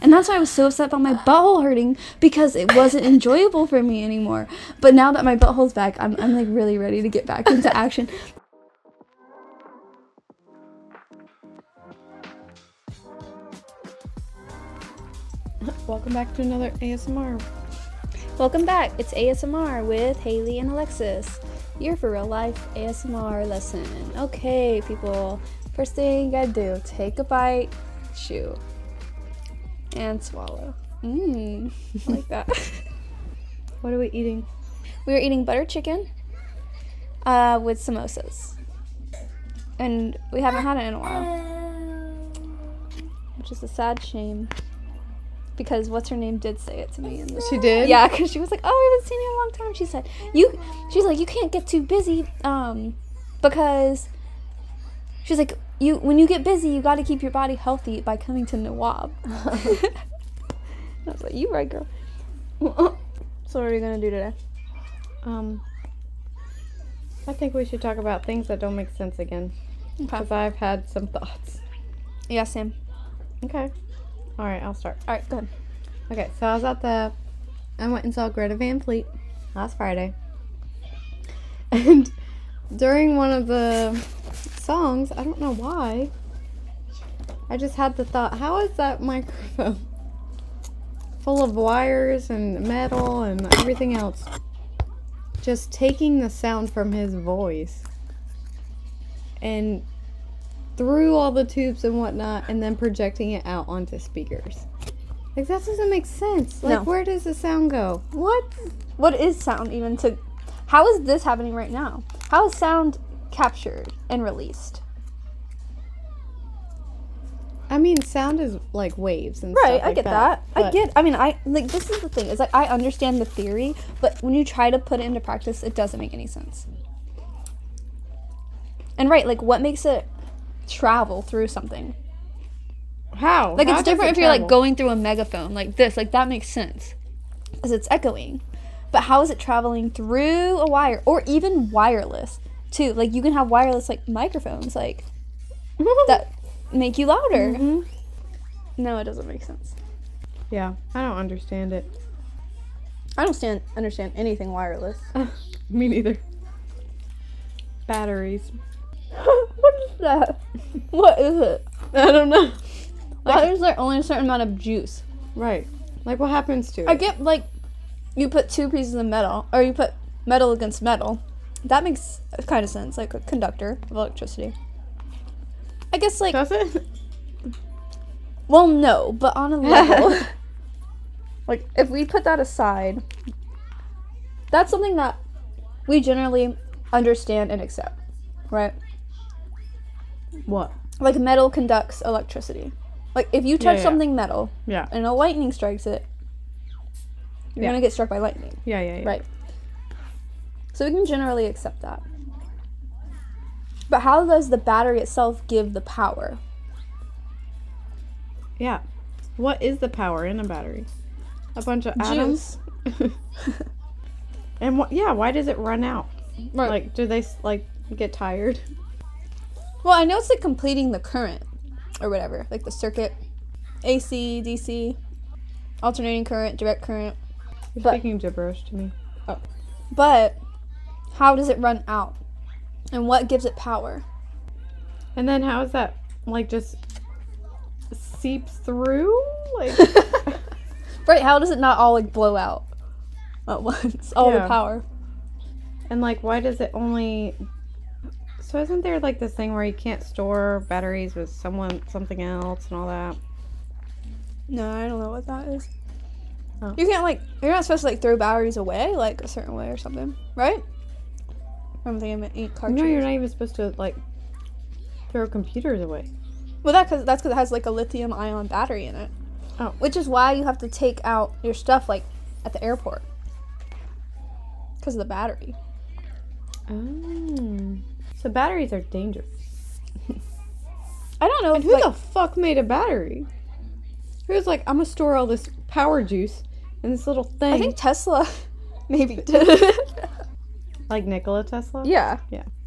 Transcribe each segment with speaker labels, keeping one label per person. Speaker 1: And that's why I was so upset about my butthole hurting because it wasn't enjoyable for me anymore. But now that my butthole's back, I'm, I'm like really ready to get back into action.
Speaker 2: Welcome back to another ASMR.
Speaker 1: Welcome back. It's ASMR with Haley and Alexis. Your for real life ASMR lesson. Okay, people. First thing you gotta do: take a bite, chew, and swallow. Mmm, I like that.
Speaker 2: What are we eating?
Speaker 1: we were eating butter chicken uh, with samosas, and we haven't had it in a while, which is a sad shame. Because what's her name did say it to me in the
Speaker 2: She did?
Speaker 1: Yeah, because she was like, "Oh, we haven't seen you in a long time." She said, "You," she's like, "You can't get too busy, um, because," she's like, "You when you get busy, you got to keep your body healthy by coming to Nawab." I was like, "You right, girl." so what are we gonna do today?
Speaker 2: Um, I think we should talk about things that don't make sense again
Speaker 1: Okay.
Speaker 2: because I've had some thoughts.
Speaker 1: Yeah, Sam.
Speaker 2: Okay. All right, I'll start.
Speaker 1: All right, good.
Speaker 2: Okay, so I was at the. I went and saw Greta Van Fleet last Friday. And during one of the songs, I don't know why, I just had the thought how is that microphone full of wires and metal and everything else just taking the sound from his voice and through all the tubes and whatnot and then projecting it out onto speakers? Like that doesn't make sense. Like
Speaker 1: No.
Speaker 2: where does the sound go? What?
Speaker 1: What is sound even to? How is this happening right now? How is sound captured and released?
Speaker 2: I mean, sound is like waves and
Speaker 1: Right,
Speaker 2: stuff
Speaker 1: I
Speaker 2: like
Speaker 1: get that. I
Speaker 2: but
Speaker 1: get. I mean, I like this is the thing is like I understand the theory, but when you try to put it into practice, it doesn't make any sense. And right, like what makes it travel through something?
Speaker 2: How?
Speaker 1: Like
Speaker 2: How
Speaker 1: it's
Speaker 2: does
Speaker 1: different
Speaker 2: it
Speaker 1: if you're like
Speaker 2: travel?
Speaker 1: going through a megaphone like this. Like that makes sense because it's echoing. But how is it traveling through a wire or even wireless too? Like you can have wireless like microphones like that make you louder.
Speaker 2: Mhm.
Speaker 1: Mm-hmm. No, it doesn't make sense.
Speaker 2: Yeah, I don't understand it.
Speaker 1: I don't stand, understand anything wireless.
Speaker 2: Me neither. Batteries.
Speaker 1: what is that? What is it?
Speaker 2: I don't know.
Speaker 1: Why is there only a certain amount of juice?
Speaker 2: Right. Like what happens to it?
Speaker 1: I get like you put two pieces of metal, or you put metal against metal. That makes kind of sense, like a conductor of electricity. I guess like
Speaker 2: Does it?
Speaker 1: well, no, but on a level, like if we put that aside, that's something that we generally understand and accept, right?
Speaker 2: What?
Speaker 1: Like metal conducts electricity. Like if you touch
Speaker 2: yeah.
Speaker 1: something metal,
Speaker 2: Yeah.
Speaker 1: and a lightning strikes it, you're
Speaker 2: Yeah.
Speaker 1: gonna get struck by lightning,
Speaker 2: Yeah, yeah, yeah.
Speaker 1: right? So we can generally accept that. But how does the battery itself give the power?
Speaker 2: Yeah. What is the power in a battery? A bunch of atoms. and what? Yeah. Why does it run out?
Speaker 1: Right.
Speaker 2: Like, do they s- like get tired?
Speaker 1: well, I know it's like completing the current or whatever, like the circuit, AC, DC, alternating current, direct current.
Speaker 2: You're
Speaker 1: But-
Speaker 2: speaking gibberish to me.
Speaker 1: But how does it run out? And what gives it power?
Speaker 2: And then how is that like just seeps through? Like
Speaker 1: right, how does it not all like blow out at once? All
Speaker 2: Yeah.
Speaker 1: the power.
Speaker 2: and like why does it only So isn't there like this thing where you can't store batteries with someone something else and all that?
Speaker 1: No, I don't know what that is.
Speaker 2: Oh.
Speaker 1: You can't like you're not supposed to like throw batteries away like a certain way or something, right? I'm thinking about ink cartridges.
Speaker 2: No, you're not even supposed to like throw computers away.
Speaker 1: Well, that cause that's because it has like a lithium ion battery in it.
Speaker 2: Oh.
Speaker 1: Which is why you have to take out your stuff like at the airport because of the battery.
Speaker 2: Oh. So batteries are dangerous.
Speaker 1: I don't know.
Speaker 2: And
Speaker 1: if,
Speaker 2: who
Speaker 1: like-
Speaker 2: the fuck made a battery? Who's like, I'm gonna store all this power juice in this little thing?
Speaker 1: I think Tesla maybe did.
Speaker 2: like Nikola Tesla?
Speaker 1: yeah.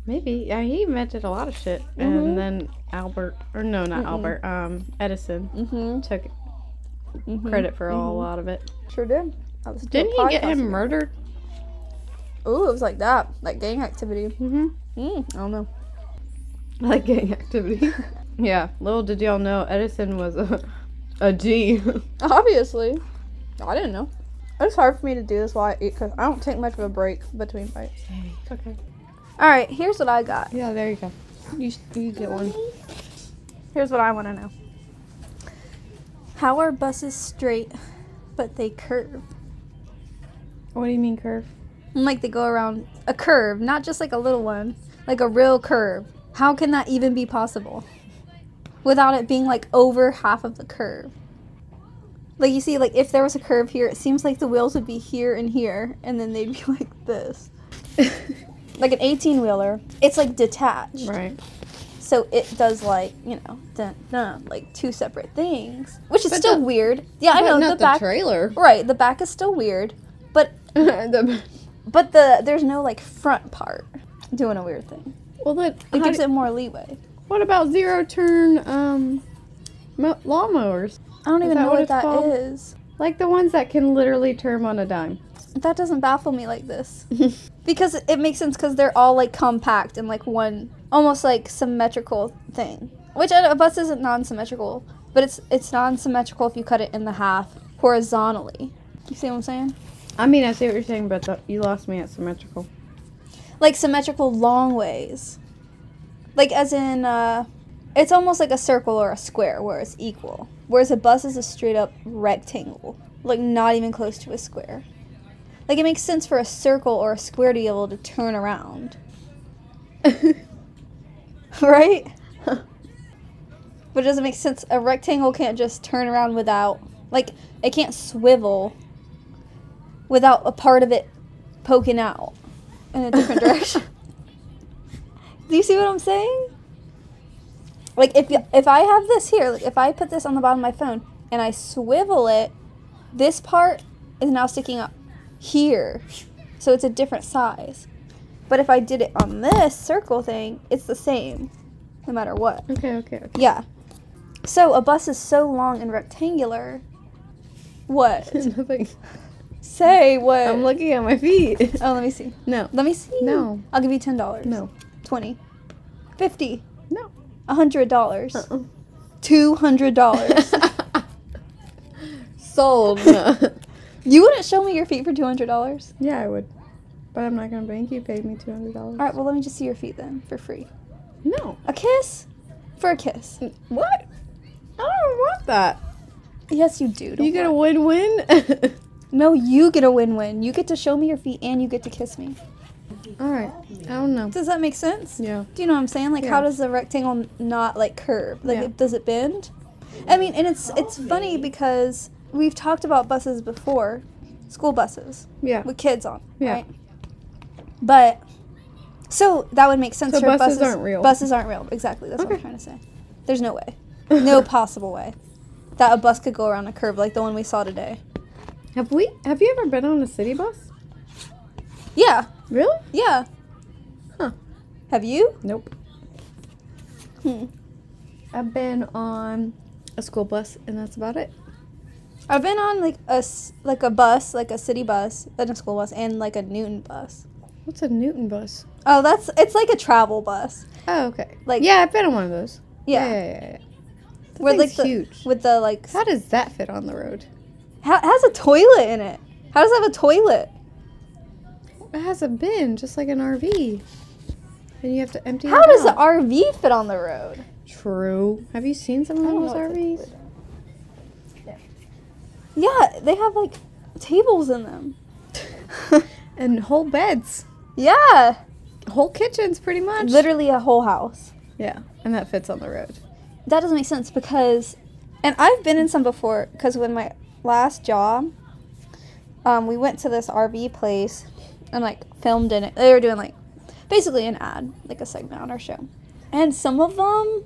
Speaker 2: Maybe. Yeah, he invented a lot of shit.
Speaker 1: Mhm.
Speaker 2: And then Albert, or no, not
Speaker 1: Mm-mm.
Speaker 2: Albert, um, Edison
Speaker 1: Mm-hmm.
Speaker 2: took
Speaker 1: Mhm.
Speaker 2: credit for a lot of it.
Speaker 1: Sure did. I listened to a
Speaker 2: Mm-hmm. Didn't he get
Speaker 1: podcast
Speaker 2: him
Speaker 1: about-
Speaker 2: murdered?
Speaker 1: Ooh, it was like that, like gang activity.
Speaker 2: Mm-hmm.
Speaker 1: Mm, I don't know.
Speaker 2: Like gang activity. yeah. Little did y'all know Edison was a a G.
Speaker 1: Obviously, I didn't know. It's hard for me to do this while I eat because I don't take much of a break between bites.
Speaker 2: okay.
Speaker 1: All right, here's what I got.
Speaker 2: Yeah. There you go. You sh- you get one.
Speaker 1: Here's what I want to know. How are buses straight, but they curve?
Speaker 2: What do you mean curve?
Speaker 1: Like they go around a curve, not just like a little one, like a real curve. How can that even be possible without it being like over half of the curve? Like you see, like if there was a curve here, it seems like the wheels would be here and here, and then they'd be like this. like an 18 wheeler, it's like detached.
Speaker 2: Right.
Speaker 1: So it does like, you know, dun, dun, like two separate things, which is
Speaker 2: But
Speaker 1: still
Speaker 2: the-
Speaker 1: weird. Yeah, I
Speaker 2: But
Speaker 1: know
Speaker 2: not
Speaker 1: the back.
Speaker 2: trailer.
Speaker 1: right, the back is still weird, but
Speaker 2: The-
Speaker 1: but the there's no like front part doing a weird thing.
Speaker 2: well, look.
Speaker 1: It
Speaker 2: how
Speaker 1: gives
Speaker 2: do-
Speaker 1: it more leeway.
Speaker 2: what about zero turn um mo- lawnmowers?
Speaker 1: I don't
Speaker 2: Is
Speaker 1: even
Speaker 2: that
Speaker 1: know
Speaker 2: what
Speaker 1: what
Speaker 2: it's
Speaker 1: that is.
Speaker 2: called? Like the ones that can literally turn on a dime.
Speaker 1: That doesn't baffle me like this because it makes sense because they're all like compact and like one almost like symmetrical thing. Which a a bus isn't non-symmetrical, but it's it's non-symmetrical if you cut it in the half horizontally. You see what I'm saying?
Speaker 2: I mean, I see what you're saying, but the, you lost me at symmetrical.
Speaker 1: like symmetrical long ways. Like as in uh it's almost like a circle or a square where it's equal. Whereas a bus is a straight up rectangle. Like not even close to a square. Like it makes sense for a circle or a square to be able to turn around. right? but it doesn't make sense a rectangle can't just turn around without like it can't swivel without a part of it poking out in a different direction. Do you see what I'm saying? Like if y- if I have this here, like if I put this on the bottom of my phone and I swivel it, this part is now sticking up here, so it's a different size. But if I did it on this circle thing, it's the same, no matter what.
Speaker 2: Okay, okay, okay.
Speaker 1: Yeah. So a bus is so long and rectangular. What?
Speaker 2: Nothing.
Speaker 1: Say what?
Speaker 2: I'm looking at my feet.
Speaker 1: oh, let me see.
Speaker 2: No,
Speaker 1: Let me see.
Speaker 2: No.
Speaker 1: I'll give you ten dollars.
Speaker 2: no,
Speaker 1: 20 50
Speaker 2: no.
Speaker 1: $100 dollars
Speaker 2: Uh-uh.
Speaker 1: $200
Speaker 2: Sold.
Speaker 1: you wouldn't show me your feet for $200
Speaker 2: yeah, I would, but I'm not gonna bank you. Paid me two hundred dollars.
Speaker 1: all right well let me just see your feet then for free
Speaker 2: No.
Speaker 1: a kiss for a kiss
Speaker 2: What? I don't want that.
Speaker 1: yes you do don't
Speaker 2: you get a
Speaker 1: lie.
Speaker 2: win-win.
Speaker 1: no you get a win-win you get to show me your feet and you get to kiss me
Speaker 2: All right. I don't know.
Speaker 1: does that make sense
Speaker 2: Yeah.
Speaker 1: do you know what i'm saying like how
Speaker 2: Yeah.
Speaker 1: does the rectangle n- not like curve like
Speaker 2: Yeah.
Speaker 1: it, does it bend i mean and it's it's funny because we've talked about buses before school buses
Speaker 2: Yeah.
Speaker 1: with kids on,
Speaker 2: Yeah.
Speaker 1: right? But so that would make sense
Speaker 2: So
Speaker 1: for
Speaker 2: buses
Speaker 1: buses,
Speaker 2: aren't real.
Speaker 1: Buses aren't real. Exactly. That's what I'm
Speaker 2: Okay.
Speaker 1: trying to say. There's no way, no possible way that a bus could go around a curve like the one we saw today.
Speaker 2: Have we? Have you ever been on a city bus?
Speaker 1: Yeah,
Speaker 2: Really?
Speaker 1: yeah.
Speaker 2: Huh.
Speaker 1: Have you?
Speaker 2: Nope.
Speaker 1: Hmm.
Speaker 2: I've been on a school bus, and that's about it.
Speaker 1: I've been on like a s- like a bus, like a city bus, then a school bus, and like a Newton bus.
Speaker 2: What's a Newton bus?
Speaker 1: Oh, that's it's like a travel bus.
Speaker 2: Oh, okay.
Speaker 1: Like-
Speaker 2: Like yeah, I've been on one of those.
Speaker 1: Yeah,
Speaker 2: yeah, yeah. yeah, yeah. That
Speaker 1: With, like,
Speaker 2: thing's
Speaker 1: the-
Speaker 2: huge.
Speaker 1: with the like
Speaker 2: How does that fit on the road?
Speaker 1: ha- has a toilet in it. How does it have a toilet?
Speaker 2: It has a bin, just like an RV, and you have to empty.
Speaker 1: How
Speaker 2: it
Speaker 1: does the
Speaker 2: out.
Speaker 1: RV fit on the road?
Speaker 2: True. Have you seen some of
Speaker 1: I don't
Speaker 2: those
Speaker 1: know what
Speaker 2: RVs?
Speaker 1: Yeah, they have like tables in them.
Speaker 2: And whole beds,
Speaker 1: yeah,
Speaker 2: whole kitchens, pretty much.
Speaker 1: literally a whole house.
Speaker 2: Yeah, and that fits on the road.
Speaker 1: That doesn't make sense because, and I've been in some before because when my last job, um, we went to this RV place and like filmed in it. They were doing like basically an ad, like a segment on our show. And some of them,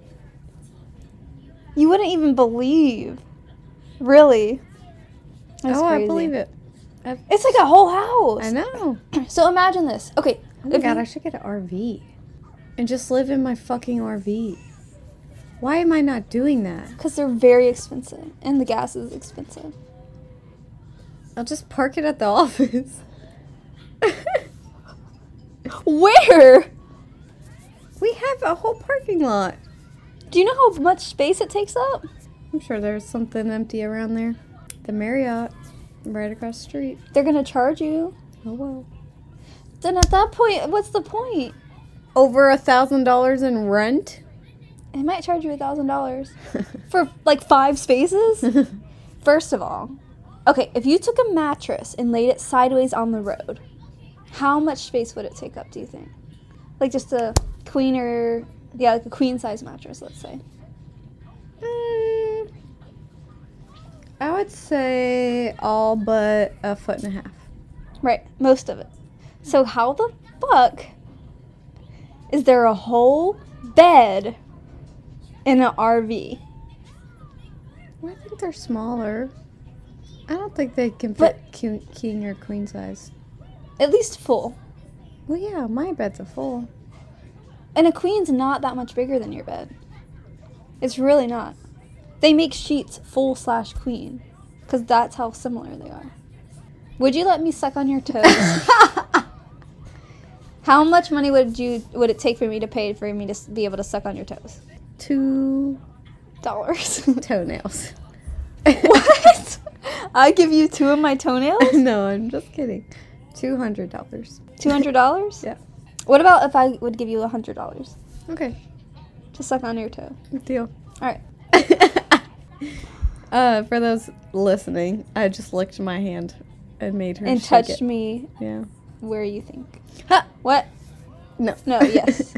Speaker 1: you wouldn't even believe. Really. That's
Speaker 2: oh,
Speaker 1: crazy.
Speaker 2: I believe it.
Speaker 1: It's like a whole house.
Speaker 2: I know.
Speaker 1: So imagine this. Okay.
Speaker 2: Oh my
Speaker 1: if
Speaker 2: god,
Speaker 1: you-
Speaker 2: I should get an RV and just live in my fucking RV. Why am I not doing that?
Speaker 1: because they're very expensive and the gas is expensive.
Speaker 2: I'll just park it at the office.
Speaker 1: Where?
Speaker 2: we have a whole parking lot.
Speaker 1: Do you know how much space it takes up?
Speaker 2: I'm sure there's something empty around there. The Marriott, right across the street.
Speaker 1: They're gonna charge you.
Speaker 2: Oh well.
Speaker 1: Then at that point, what's the point?
Speaker 2: Over a thousand dollars in rent.
Speaker 1: They might charge you a thousand dollars for like five spaces.
Speaker 2: Mm,
Speaker 1: First of all, okay, if you took a mattress and laid it sideways on the road, how much space would it take up, do you think? Like just a queener, yeah, like a queen size mattress, let's say.
Speaker 2: Mm, I would say all but a foot and a half.
Speaker 1: Right, most of it. So, how the fuck is there a whole bed in an RV?
Speaker 2: Well, I think they're smaller. I don't think they can fit
Speaker 1: But-
Speaker 2: king, king or queen size.
Speaker 1: At least full.
Speaker 2: Well, yeah, my bed's a full.
Speaker 1: And a queen's not that much bigger than your bed. It's really not. They make sheets full slash queen because that's how similar they are. Would you let me suck on your toes? how much money would you would it take for me to pay for me to s- be able to suck on your toes?
Speaker 2: Two
Speaker 1: Dollars.
Speaker 2: toenails.
Speaker 1: what? I give you two of my toenails?
Speaker 2: no, I'm just kidding. Two hundred dollars.
Speaker 1: Two hundred dollars?
Speaker 2: Yeah.
Speaker 1: What about if I would give you a hundred dollars
Speaker 2: Okay,
Speaker 1: to suck on your toe?
Speaker 2: deal.
Speaker 1: All right.
Speaker 2: uh, for those listening, I just licked my hand and made her
Speaker 1: And
Speaker 2: shake
Speaker 1: touch
Speaker 2: it.
Speaker 1: me
Speaker 2: Yeah.
Speaker 1: where you think.
Speaker 2: Ha!
Speaker 1: What?
Speaker 2: No.
Speaker 1: No, yes.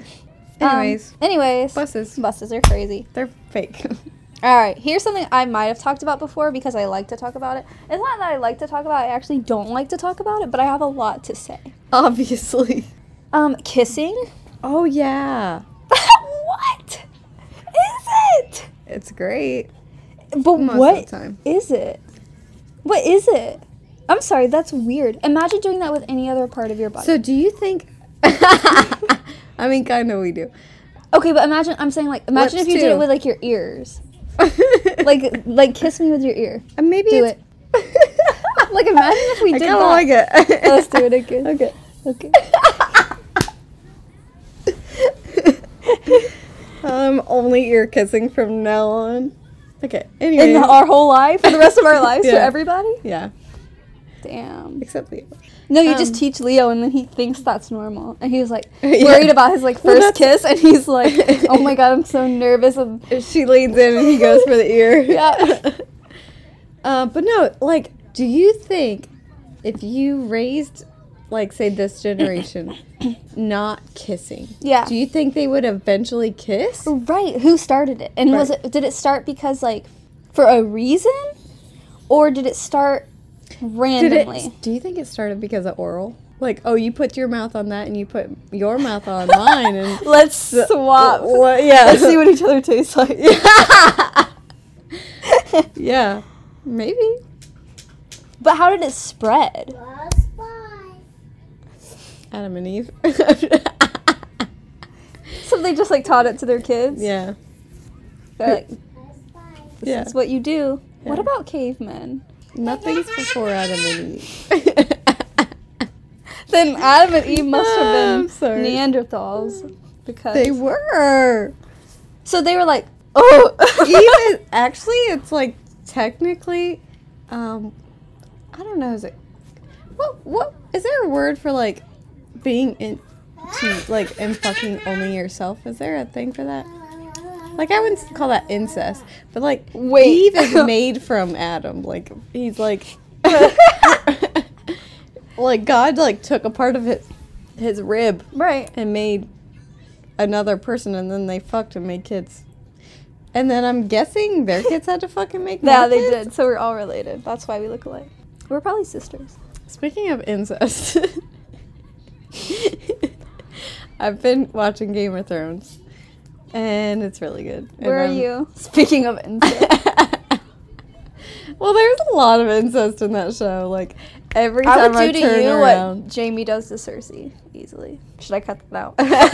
Speaker 1: Um,
Speaker 2: Anyways,
Speaker 1: anyways.
Speaker 2: buses.
Speaker 1: Buses are crazy.
Speaker 2: They're fake.
Speaker 1: All right, here's something I might have talked about before because I like to talk about it. It's not that I like to talk about it, I actually don't like to talk about it, but I have a lot to say.
Speaker 2: Obviously.
Speaker 1: Um, kissing?
Speaker 2: Oh yeah.
Speaker 1: what is it?
Speaker 2: It's great.
Speaker 1: But
Speaker 2: Most
Speaker 1: what
Speaker 2: of the time.
Speaker 1: is it? What is it? I'm sorry, that's weird. Imagine doing that with any other part of your body.
Speaker 2: So do you think I mean kinda we do.
Speaker 1: okay, but imagine I'm saying like imagine if
Speaker 2: Lips
Speaker 1: you did
Speaker 2: too.
Speaker 1: it with like your ears. Like like kiss me with your ear.
Speaker 2: Uh, maybe
Speaker 1: Do
Speaker 2: it's-
Speaker 1: it. like imagine if we
Speaker 2: I
Speaker 1: did
Speaker 2: kinda
Speaker 1: that.
Speaker 2: like it.
Speaker 1: Let's do it again.
Speaker 2: Okay.
Speaker 1: Okay.
Speaker 2: I'm Um, only ear kissing from now on. Okay. Anyway.
Speaker 1: In our whole life, for the rest of our lives,
Speaker 2: Yeah.
Speaker 1: to everybody.
Speaker 2: yeah.
Speaker 1: Damn.
Speaker 2: Except the
Speaker 1: No, you just
Speaker 2: Um,
Speaker 1: teach Leo, and then he thinks that's normal, and he was like
Speaker 2: Yeah.
Speaker 1: worried about his like
Speaker 2: Well,
Speaker 1: first
Speaker 2: that's-
Speaker 1: kiss, and he's like, "Oh my god, I'm so nervous." And
Speaker 2: If she leans in and he goes for the ear.
Speaker 1: Yeah.
Speaker 2: uh, but no, like, do you think if you raised, like, say this generation, not kissing,
Speaker 1: yeah,
Speaker 2: do you think they would eventually kiss?
Speaker 1: right. Who started it? And was
Speaker 2: Right.
Speaker 1: it? Did it start because like for a reason, or did it start
Speaker 2: Did
Speaker 1: randomly?
Speaker 2: it, do you think it started because of oral? Like, oh, you put your mouth on that and you put your mouth on mine and
Speaker 1: Let's swap.
Speaker 2: What- yeah.
Speaker 1: Uh, Let's see what each other tastes like.
Speaker 2: yeah. Maybe.
Speaker 1: but how did it spread?
Speaker 2: Adam and Eve.
Speaker 1: So they just like taught it to their kids.
Speaker 2: yeah.
Speaker 1: They're like, this
Speaker 2: Yeah.
Speaker 1: is what you do. What
Speaker 2: Yeah.
Speaker 1: about cavemen?
Speaker 2: Nothing's before Adam and Eve.
Speaker 1: Then Adam and Eve must have
Speaker 2: I'm
Speaker 1: been
Speaker 2: sorry.
Speaker 1: Neanderthals because
Speaker 2: They were.
Speaker 1: so they were like, oh,
Speaker 2: Even actually, it's like technically, um, I don't know. Is it what? What is there a word for like being in to like and fucking only yourself? Is there a thing for that? Like I wouldn't call that incest, but like
Speaker 1: Wait.
Speaker 2: Eve is made from Adam. Like he's like, like God like took a part of his his rib
Speaker 1: right.
Speaker 2: and made another person and then they fucked and made kids. And then I'm guessing their kids had to fucking make
Speaker 1: Yeah,
Speaker 2: more
Speaker 1: they
Speaker 2: kids?
Speaker 1: did. So we're all related. That's why we look alike. We're probably sisters.
Speaker 2: Speaking of incest, I've been watching Game of Thrones and it's really good. And
Speaker 1: Where are
Speaker 2: I'm-
Speaker 1: you? Speaking of incest.
Speaker 2: well, there's a lot of incest in that show. Like every
Speaker 1: I
Speaker 2: time
Speaker 1: would
Speaker 2: I,
Speaker 1: do to
Speaker 2: turn
Speaker 1: you
Speaker 2: around,
Speaker 1: what Jamie does to Cersei easily. Should I cut that out?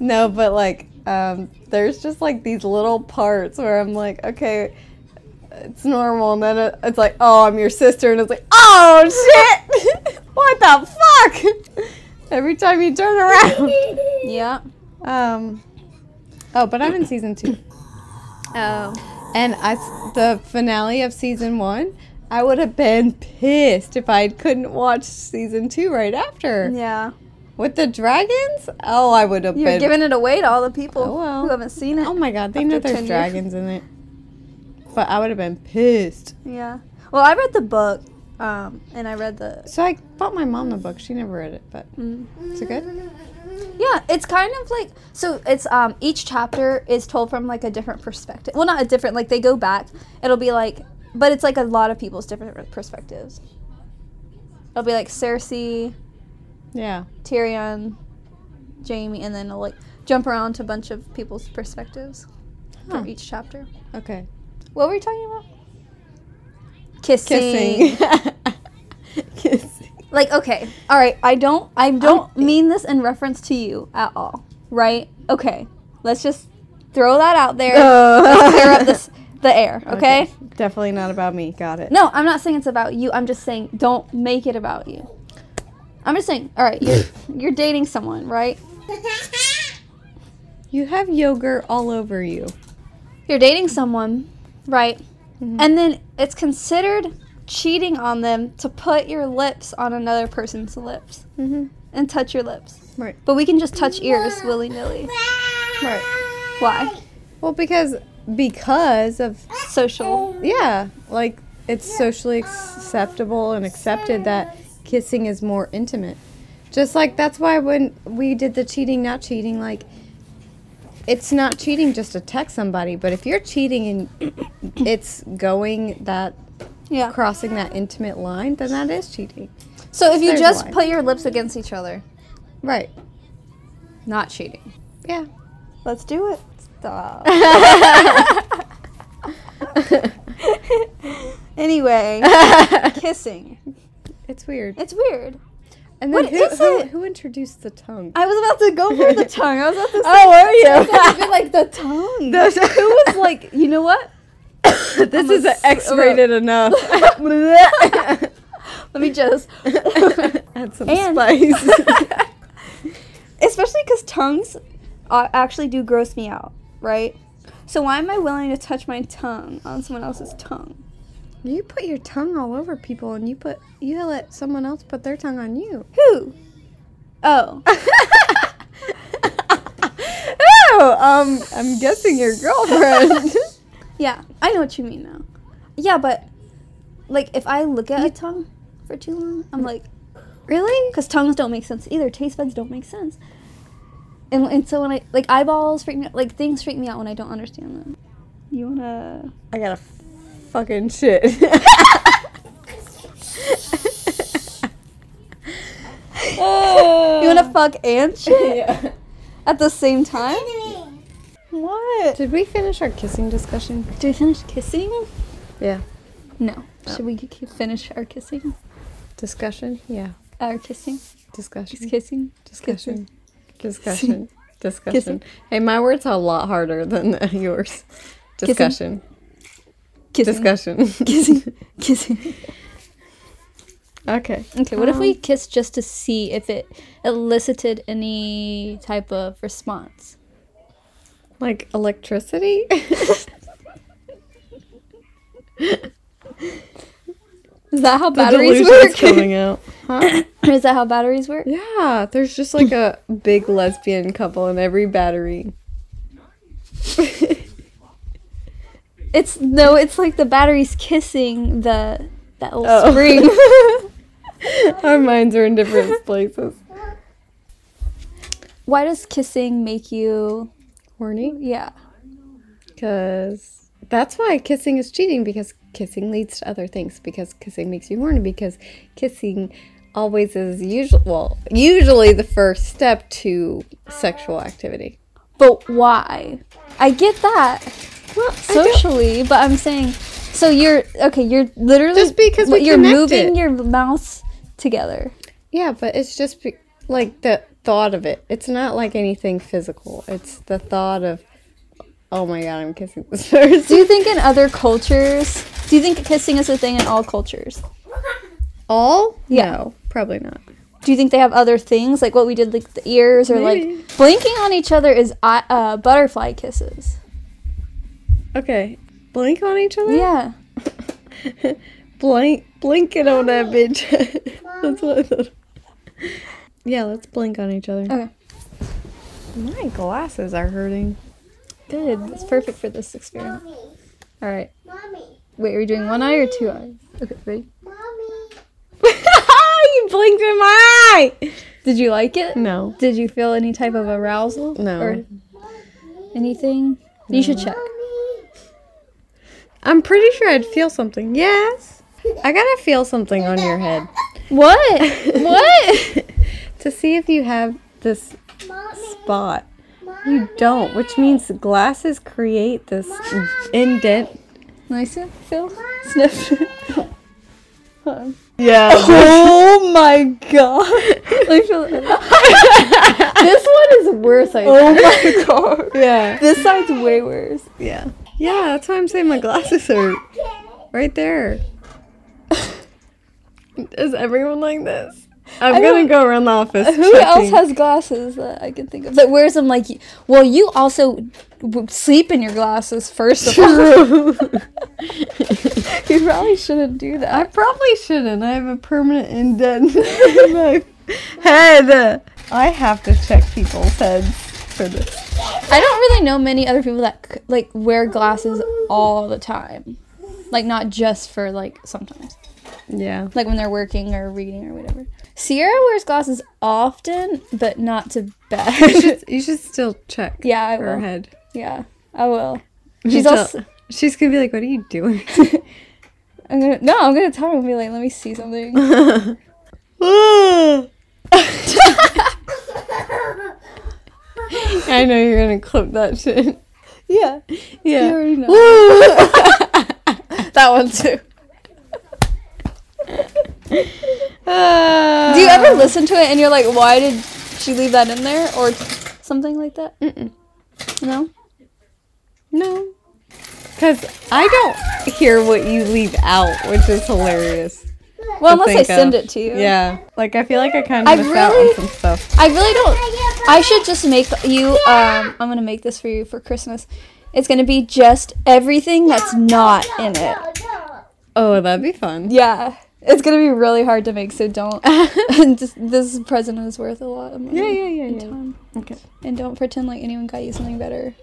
Speaker 2: No, but like, um, there's just like these little parts where I'm like, okay, it's normal, and then it, it's like, oh, I'm your sister, and it's like, oh shit, what the fuck? Every time you turn around.
Speaker 1: Yeah.
Speaker 2: Um. Oh, but I'm in season two,
Speaker 1: Oh.
Speaker 2: and I s- the finale of season one. I would have been pissed if I couldn't watch season two right after
Speaker 1: Yeah.
Speaker 2: with the dragons. Oh, I would have
Speaker 1: You're
Speaker 2: been.
Speaker 1: giving it away to all the people
Speaker 2: Oh, well.
Speaker 1: who haven't seen it.
Speaker 2: oh my god, they
Speaker 1: After
Speaker 2: know there's
Speaker 1: 10 years.
Speaker 2: dragons in it. But I would have been pissed.
Speaker 1: Yeah. Well, I read the book, um, and I read the.
Speaker 2: So I bought my mom the book. She never read it, but is it good?
Speaker 1: Yeah, it's kind of like so. It's um, each chapter is told from like a different perspective. Well, not a different. Like they go back. It'll be like, but it's like a lot of people's different perspectives. It'll be like Cersei,
Speaker 2: Yeah.
Speaker 1: Tyrion, Jamie, and then it'll like jump around to a bunch of people's perspectives
Speaker 2: Huh.
Speaker 1: from each chapter.
Speaker 2: Okay.
Speaker 1: What were you talking about? Kissing.
Speaker 2: Kissing. Kissing.
Speaker 1: Like, okay, all right. I don't. I don't mean this in reference to you at all. Right? Okay. Let's just throw that out there. Let's clear up this, the air. Okay?
Speaker 2: Definitely not about me. Got it.
Speaker 1: No, I'm not saying it's about you. I'm just saying don't make it about you. I'm just saying. All right, you're you're dating someone, right?
Speaker 2: You have yogurt all over you.
Speaker 1: You're dating someone, right? And then it's considered cheating on them to put your lips on another person's lips
Speaker 2: Mm-hmm.
Speaker 1: and touch your lips.
Speaker 2: Right.
Speaker 1: But we can just touch ears willy nilly.
Speaker 2: Right.
Speaker 1: Why?
Speaker 2: Well, because because of
Speaker 1: Social.
Speaker 2: yeah, like it's socially acceptable and accepted that kissing is more intimate. Just like that's why when we did the cheating, not cheating, like it's not cheating just to text somebody, but if you're cheating and it's going that
Speaker 1: Yeah.
Speaker 2: crossing that intimate line, then that is cheating.
Speaker 1: So if you
Speaker 2: There's
Speaker 1: just
Speaker 2: why.
Speaker 1: put your lips against each other,
Speaker 2: Right.
Speaker 1: not cheating.
Speaker 2: Yeah.
Speaker 1: Let's do it. Stop. anyway, kissing.
Speaker 2: it's weird.
Speaker 1: It's weird.
Speaker 2: And then
Speaker 1: What
Speaker 2: who,
Speaker 1: is
Speaker 2: who,
Speaker 1: it?
Speaker 2: who introduced the tongue?
Speaker 1: I was about to go for the tongue. I was about to say
Speaker 2: Oh, are you?
Speaker 1: I feel like the tongue.
Speaker 2: The-
Speaker 1: Who was like, you know what?
Speaker 2: this is
Speaker 1: s-
Speaker 2: X-rated enough.
Speaker 1: Let me just.
Speaker 2: Add some
Speaker 1: And-
Speaker 2: spice.
Speaker 1: Especially because tongues uh, actually do gross me out, right? So why am I willing to touch my tongue on someone else's tongue?
Speaker 2: you put your tongue all over people, and you put you let someone else put their tongue on you.
Speaker 1: Who? Oh.
Speaker 2: oh, um, I'm guessing your girlfriend.
Speaker 1: Yeah, I know what you mean now. Yeah, but like if I look at a tongue for too long, I'm like,
Speaker 2: really?
Speaker 1: because tongues don't make sense either. Taste buds don't make sense. And, and so when I like eyeballs freak me out, like things freak me out when I don't understand them. You wanna?
Speaker 2: I got a fucking shit.
Speaker 1: You
Speaker 2: Oh,
Speaker 1: wanna fuck and shit at the same time? What?
Speaker 2: Did we finish our kissing discussion?
Speaker 1: Do we finish kissing?
Speaker 2: Yeah.
Speaker 1: No. Should we keep finish our kissing?
Speaker 2: Discussion? Yeah.
Speaker 1: Our kissing?
Speaker 2: Discussion.
Speaker 1: Just kissing?
Speaker 2: Discussion. Discussion. Discussion.
Speaker 1: Kissing.
Speaker 2: Hey, my word's a lot harder than yours. Discussion.
Speaker 1: Kissing.
Speaker 2: Discussion.
Speaker 1: Kissing. Kissing. Um,
Speaker 2: okay.
Speaker 1: Okay, what if we kissed just to see if it elicited any type of response?
Speaker 2: Like electricity?
Speaker 1: Is that how
Speaker 2: The
Speaker 1: batteries
Speaker 2: delusion's
Speaker 1: work?
Speaker 2: coming out. Huh?
Speaker 1: Is that how batteries work?
Speaker 2: Yeah, there's just like a big lesbian couple in every battery.
Speaker 1: It's no, it's like the batteries kissing the that little
Speaker 2: Oh.
Speaker 1: spring.
Speaker 2: Our minds are in different places.
Speaker 1: Why does kissing make you?
Speaker 2: Horny?
Speaker 1: Yeah,
Speaker 2: Because that's why kissing is cheating because kissing leads to other things because kissing makes you horny because kissing always is usual well, usually the first step to sexual activity.
Speaker 1: but why? I get that
Speaker 2: Well,
Speaker 1: socially, but I'm saying, so you're okay. You're literally
Speaker 2: Just because we
Speaker 1: you're
Speaker 2: connect
Speaker 1: moving
Speaker 2: it.
Speaker 1: your mouths together.
Speaker 2: Yeah, but it's just be- like the thought of it. It's not like anything physical. It's the thought of, oh my god, I'm kissing this
Speaker 1: Do
Speaker 2: person.
Speaker 1: you think in other cultures, do you think kissing is a thing in all cultures?
Speaker 2: All?
Speaker 1: Yeah.
Speaker 2: No, probably not.
Speaker 1: Do you think they have other things like what we did, like the ears or
Speaker 2: Maybe.
Speaker 1: like blinking on each other is eye- uh, butterfly kisses?
Speaker 2: Okay, blink on each other.
Speaker 1: Yeah.
Speaker 2: blink, blink it on that bitch. That's what I thought. Yeah, let's blink on each other.
Speaker 1: Okay.
Speaker 2: My glasses are hurting.
Speaker 1: Good. That's perfect for this experiment.
Speaker 3: Mommy,
Speaker 1: All right.
Speaker 3: mommy,
Speaker 1: Wait, are we doing one eye or two eyes? Okay, ready?
Speaker 3: mommy.
Speaker 2: you blinked in my eye.
Speaker 1: Did you like it?
Speaker 2: No.
Speaker 1: Did you feel any type of arousal?
Speaker 2: No.
Speaker 1: Or anything? You should check.
Speaker 2: I'm pretty sure I'd feel something. Yes. I gotta feel something on your head
Speaker 1: What? what?
Speaker 2: to see if you have this
Speaker 3: Mommy,
Speaker 2: spot. You don't, which means glasses create this indent.
Speaker 1: Nice, Phil. Sniff. Hold on.
Speaker 2: Yeah. Oh my god.
Speaker 1: Let me feel this one is worse. I
Speaker 2: Oh
Speaker 1: my god.
Speaker 2: yeah.
Speaker 1: This side's way worse.
Speaker 2: Yeah. Yeah, that's why I'm saying my glasses are right there. Is everyone like this? I'm
Speaker 1: I
Speaker 2: gonna
Speaker 1: don't-
Speaker 2: go around the office.
Speaker 1: Who else
Speaker 2: checking.
Speaker 1: has glasses that I can think of that wears them like? y- Well, you also w- sleep in your glasses. First of all, you probably shouldn't do
Speaker 2: I
Speaker 1: that.
Speaker 2: probably shouldn't. I have a permanent indent in my head. I have to check people's heads for this.
Speaker 1: I don't really know many other people that c- like wear glasses all the time, like not just for like sometimes.
Speaker 2: Yeah.
Speaker 1: like when they're working or reading or whatever. Sierra wears glasses often, but not to
Speaker 2: You
Speaker 1: bed.
Speaker 2: should, you should still check
Speaker 1: yeah, I
Speaker 2: her
Speaker 1: will.
Speaker 2: head.
Speaker 1: Yeah, I will.
Speaker 2: She's
Speaker 1: She's also.
Speaker 2: She's gonna be like, "What are you doing?"
Speaker 1: I'm gonna no. I'm gonna tell her and be like, "Let me see something."
Speaker 2: I know you're gonna clip that shit.
Speaker 1: yeah, You
Speaker 2: Yeah.
Speaker 1: already know.
Speaker 2: that one too.
Speaker 1: Do you
Speaker 2: Uh,
Speaker 1: ever listen to it and you're like, "Why did she leave that in there?" or something like that?
Speaker 2: Mm-mm.
Speaker 1: No.
Speaker 2: No. Because I don't hear what you leave out, which is hilarious.
Speaker 1: Well, unless I
Speaker 2: think
Speaker 1: send
Speaker 2: of.
Speaker 1: it to you.
Speaker 2: Yeah. Like, I feel like I kind
Speaker 1: I
Speaker 2: of missed out on
Speaker 1: really-
Speaker 2: some stuff.
Speaker 1: I really don't. I should just make you. Um, I'm gonna make this for you for Christmas. It's gonna be just everything that's not in it.
Speaker 2: Oh, that'd be fun.
Speaker 1: Yeah, it's gonna be really hard to make, so don't. And just, this present is worth a lot of money.
Speaker 2: Yeah, yeah, yeah,
Speaker 1: and
Speaker 2: yeah.
Speaker 1: time.
Speaker 2: Okay.
Speaker 1: And don't pretend like anyone got you something better.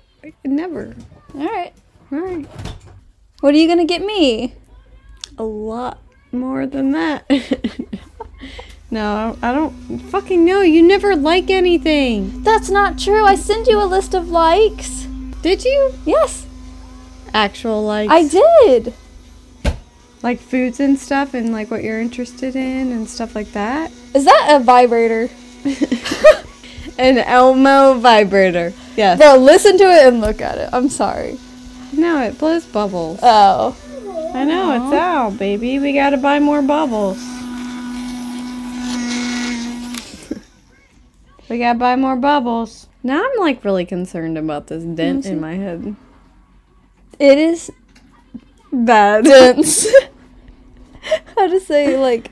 Speaker 2: Never.
Speaker 1: All right,
Speaker 2: All right.
Speaker 1: what are you gonna get me?
Speaker 2: A lot more than that. no, I I don't fucking know. You never like anything.
Speaker 1: That's not true. I send you a list of likes.
Speaker 2: Did you?
Speaker 1: Yes,
Speaker 2: Actual likes.
Speaker 1: I did.
Speaker 2: Like foods and stuff and like what you're interested in and stuff like that.
Speaker 1: Is that a vibrator?
Speaker 2: An Elmo vibrator. Yes.
Speaker 1: Bro, listen to it and look at it. I'm sorry.
Speaker 2: No, it blows bubbles.
Speaker 1: Oh,
Speaker 2: I know, it's out, baby. We gotta buy more bubbles. we gotta buy more bubbles. Mm-hmm. Now I'm like really concerned about this dent in my head.
Speaker 1: it is
Speaker 2: Bad.
Speaker 1: dense. How to say like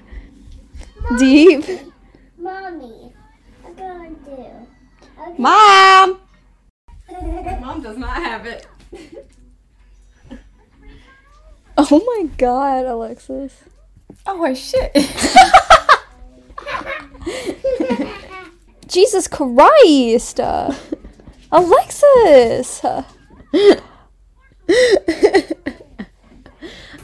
Speaker 1: deep?
Speaker 3: Mommy, I'm going to.
Speaker 2: Mom! Mom does not have it.
Speaker 1: Oh my God, Alexis.
Speaker 2: Oh, shit.
Speaker 1: Jesus Christ! Uh, Alexis! Uh,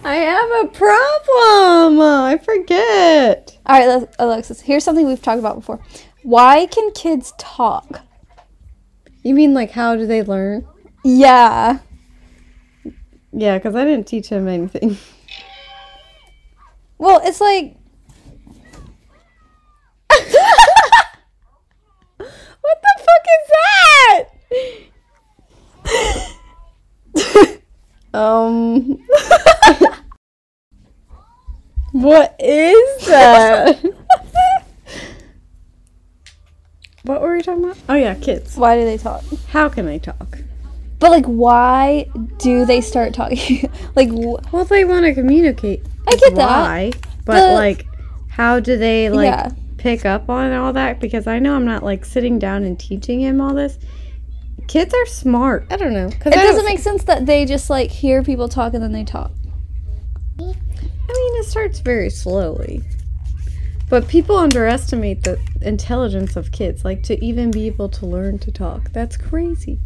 Speaker 2: I have a problem. I forget.
Speaker 1: All right, Le- Alexis, here's something we've talked about before. Why can kids talk?
Speaker 2: You mean like how do they learn?
Speaker 1: Yeah.
Speaker 2: Yeah, because I didn't teach him anything.
Speaker 1: Well, it's like.
Speaker 2: What the fuck is that? um. what is that? What were we talking about? Oh yeah, kids.
Speaker 1: Why do they talk?
Speaker 2: How can they talk?
Speaker 1: But like, why do they start talking? like, wh-
Speaker 2: Well, they want to communicate.
Speaker 1: I get that.
Speaker 2: why, But
Speaker 1: But-
Speaker 2: like, how do they like
Speaker 1: Yeah.
Speaker 2: pick up on all that? Because I know I'm not like sitting down and teaching him all this. Kids are smart. I don't know.
Speaker 1: it doesn't make sense that they just like hear people talk and then they talk.
Speaker 2: I mean, it starts very slowly. But people underestimate the intelligence of kids. Like to even be able to learn to talk, that's crazy.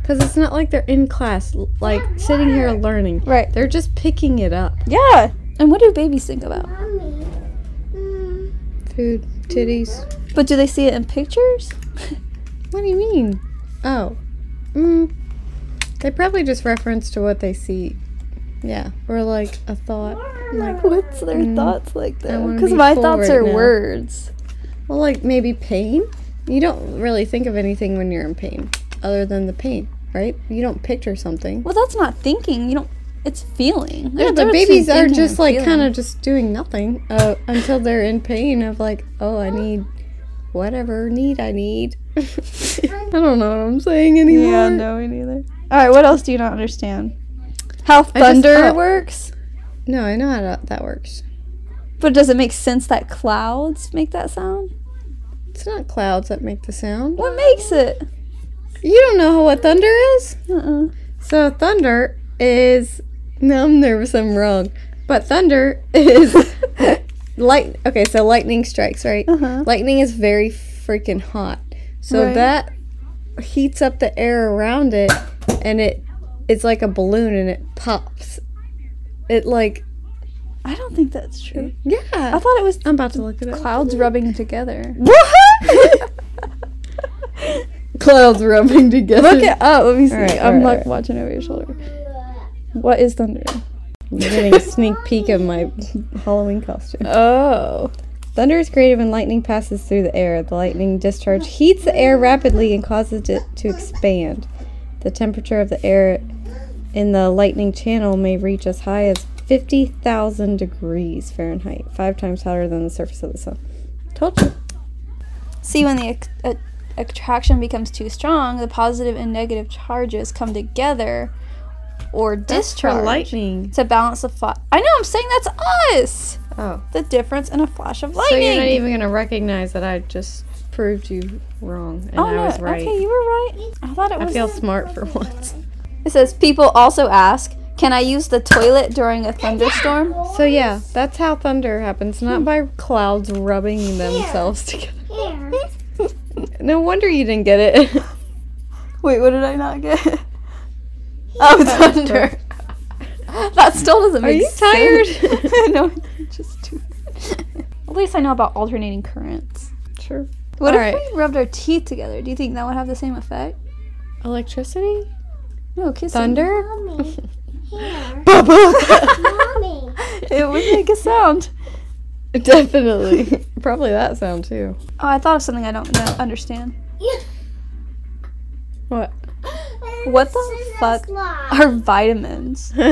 Speaker 2: Because it's not like they're in class, l- like sitting here learning.
Speaker 1: Right.
Speaker 2: They're just picking it up.
Speaker 1: Yeah. And what do babies think about?
Speaker 3: Mommy. Mm,
Speaker 2: Food, titties.
Speaker 1: But do they see it in pictures?
Speaker 2: What do you mean? Oh. Mm. They probably just reference to what they see. Yeah. Or like a thought. Like
Speaker 1: What's their
Speaker 2: Mm.
Speaker 1: thoughts like
Speaker 2: I
Speaker 1: though?
Speaker 2: wanna
Speaker 1: Because
Speaker 2: be
Speaker 1: my
Speaker 2: full
Speaker 1: thoughts
Speaker 2: right
Speaker 1: are
Speaker 2: now.
Speaker 1: words.
Speaker 2: well like maybe pain. You don't really think of anything when you're in pain other than the pain, right? You don't picture something.
Speaker 1: Well, that's not thinking. You don't. It's feeling.
Speaker 2: Yeah,
Speaker 1: There's
Speaker 2: the
Speaker 1: a difference
Speaker 2: babies
Speaker 1: between
Speaker 2: are
Speaker 1: thinking
Speaker 2: just
Speaker 1: and
Speaker 2: like
Speaker 1: feeling.
Speaker 2: kind of just doing nothing uh, until they're in pain of like, oh, I need whatever need I need. I don't know what I'm saying anymore.
Speaker 1: Yeah, no, me neither. All right, what else do you not understand? How
Speaker 2: I just-
Speaker 1: thunder
Speaker 2: oh.
Speaker 1: works,
Speaker 2: No, I know how that- that works.
Speaker 1: but does it make sense that clouds make that sound?
Speaker 2: It's not clouds that make the sound.
Speaker 1: What makes it?
Speaker 2: You don't know what thunder is?
Speaker 1: Uh-uh.
Speaker 2: So thunder is no, I'm nervous. I'm wrong. But thunder is light. Okay, so lightning strikes, right?
Speaker 1: Uh-huh.
Speaker 2: Lightning is very freaking hot. So
Speaker 1: Right.
Speaker 2: that heats up the air around it, and it it's like a balloon, and it pops. It like
Speaker 1: I don't think that's true.
Speaker 2: yeah.
Speaker 1: I thought it was
Speaker 2: I'm about to look it up.
Speaker 1: clouds rubbing together.
Speaker 2: What? Clouds rubbing together.
Speaker 1: Look it up. Let me see. I'm
Speaker 2: right, all right, all
Speaker 1: like
Speaker 2: right.
Speaker 1: watching over your shoulder. What is thunder?
Speaker 2: I'm getting a sneak peek of my Halloween costume.
Speaker 1: Oh.
Speaker 2: Thunder is created when lightning passes through the air. The lightning discharge heats the air rapidly and causes it to expand. The temperature of the air in the lightning channel may reach as high as 50,000 degrees Fahrenheit, five times hotter than the surface of the sun. Told you.
Speaker 1: See, when the ac- a- attraction becomes too strong, the positive and negative charges come together or discharge
Speaker 2: lightning.
Speaker 1: to balance the flash. I know, I'm saying that's us!
Speaker 2: Oh.
Speaker 1: The difference in a flash of
Speaker 2: So
Speaker 1: lightning.
Speaker 2: you're not even going to recognize that I just proved you wrong and
Speaker 1: oh,
Speaker 2: I
Speaker 1: no.
Speaker 2: was right.
Speaker 1: Okay, you were right. I thought it
Speaker 2: I
Speaker 1: was.
Speaker 2: feel smart for once.
Speaker 1: it says people also ask, can I use the toilet during a thunderstorm?
Speaker 2: So yeah, that's how thunder happens, not by clouds rubbing themselves together.
Speaker 3: Here.
Speaker 2: No wonder you didn't get it.
Speaker 1: Wait, what did I not get? Oh, thunder. that still doesn't
Speaker 2: Are
Speaker 1: make
Speaker 2: you
Speaker 1: sense.
Speaker 2: tired?
Speaker 1: no, it's just too. At least I know about alternating currents.
Speaker 2: sure.
Speaker 1: What
Speaker 2: All
Speaker 1: if
Speaker 2: right.
Speaker 1: we rubbed our teeth together? Do you think that would have the same effect?
Speaker 2: Electricity?
Speaker 1: No, kissing.
Speaker 2: Thunder?
Speaker 3: Mommy. Here. Mommy.
Speaker 1: it would make a sound.
Speaker 2: Definitely. Probably that sound too.
Speaker 1: Oh, I thought of something I don't know, understand.
Speaker 2: What?
Speaker 1: What the fuck Are vitamins?
Speaker 3: Mommy.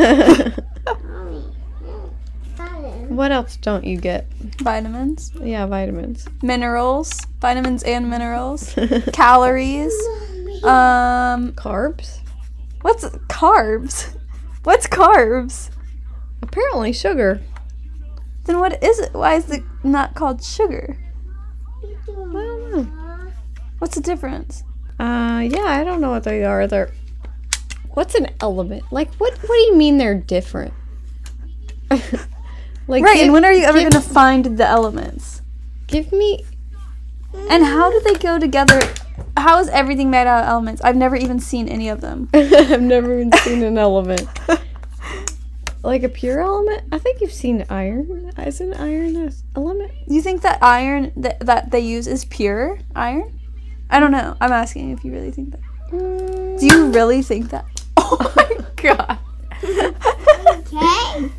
Speaker 3: Vitamin.
Speaker 2: what else don't you get?
Speaker 1: Vitamins,
Speaker 2: Yeah, vitamins.
Speaker 1: minerals, vitamins and minerals,
Speaker 2: Carbs?
Speaker 1: calories.
Speaker 3: Mommy.
Speaker 1: Um, what's carbs? What's carbs?
Speaker 2: Apparently sugar.
Speaker 1: Then what is it? Why is it not called sugar? What's the difference?
Speaker 2: Uh yeah, I don't know what they are. They're What's an element? Like what what do you mean they're different? like
Speaker 1: Right, and
Speaker 2: give-
Speaker 1: when are you ever
Speaker 2: give-
Speaker 1: going to find the elements?
Speaker 2: give me
Speaker 1: And how do they go together? How is everything made out of elements? I've never even seen any of them.
Speaker 2: I've never even seen an element. Like a pure element? I think you've seen iron. Isn't iron an element?
Speaker 1: You think that iron that, that they use is pure iron? I don't know. I'm asking if you really think that.
Speaker 2: Mm,
Speaker 1: Do you really think that? Oh my god.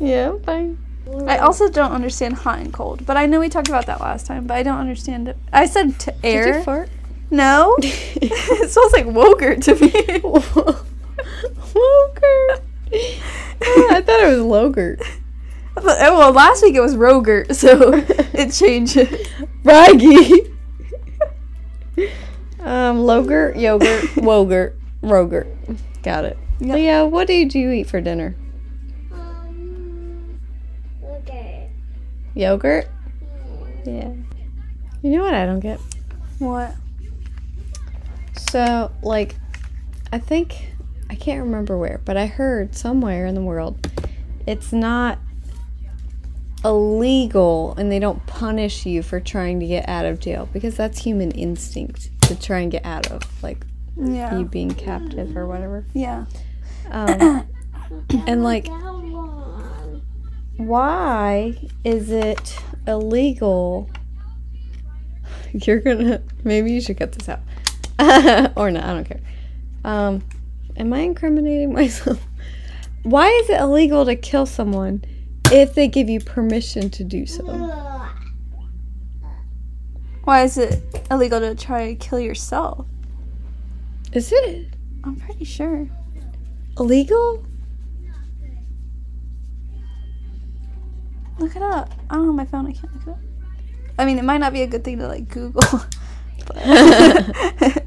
Speaker 3: Okay.
Speaker 2: yeah, fine.
Speaker 1: I also don't understand hot and cold, but I know we talked about that last time, but I don't understand it. I said t- air.
Speaker 2: Did you fart?
Speaker 1: No. it smells like Wogurt to me.
Speaker 2: Logurt. Oh, I thought it was Logurt.
Speaker 1: oh, well, last week it was Rogurt, so it changes.
Speaker 2: Froggy. um, Loger, yogurt, wogurt, rogurt. Got it.
Speaker 1: Yep.
Speaker 2: Leo, what did you eat for dinner?
Speaker 3: Um, okay.
Speaker 2: Yogurt?
Speaker 3: Yeah.
Speaker 2: Yeah. You know what I don't get?
Speaker 1: What?
Speaker 2: So, like, I think, I can't remember where, but I heard somewhere in the world it's not illegal and they don't punish you for trying to get out of jail because that's human instinct to try and get out of, like,
Speaker 1: Yeah.
Speaker 2: you being captive or whatever.
Speaker 1: Yeah.
Speaker 2: Um, and, like,
Speaker 3: That one.
Speaker 2: why is it illegal? You're gonna maybe you should cut this out or not. I don't care. Um, am I incriminating myself? Why is it illegal to kill someone if they give you permission to do so?
Speaker 3: Ugh.
Speaker 1: Why is it illegal to try to kill yourself?
Speaker 2: Is it
Speaker 1: I'm pretty sure.
Speaker 2: illegal?
Speaker 1: Look it up. I don't have my phone. I can't look it up. I mean, it might not be a good thing to like Google. but-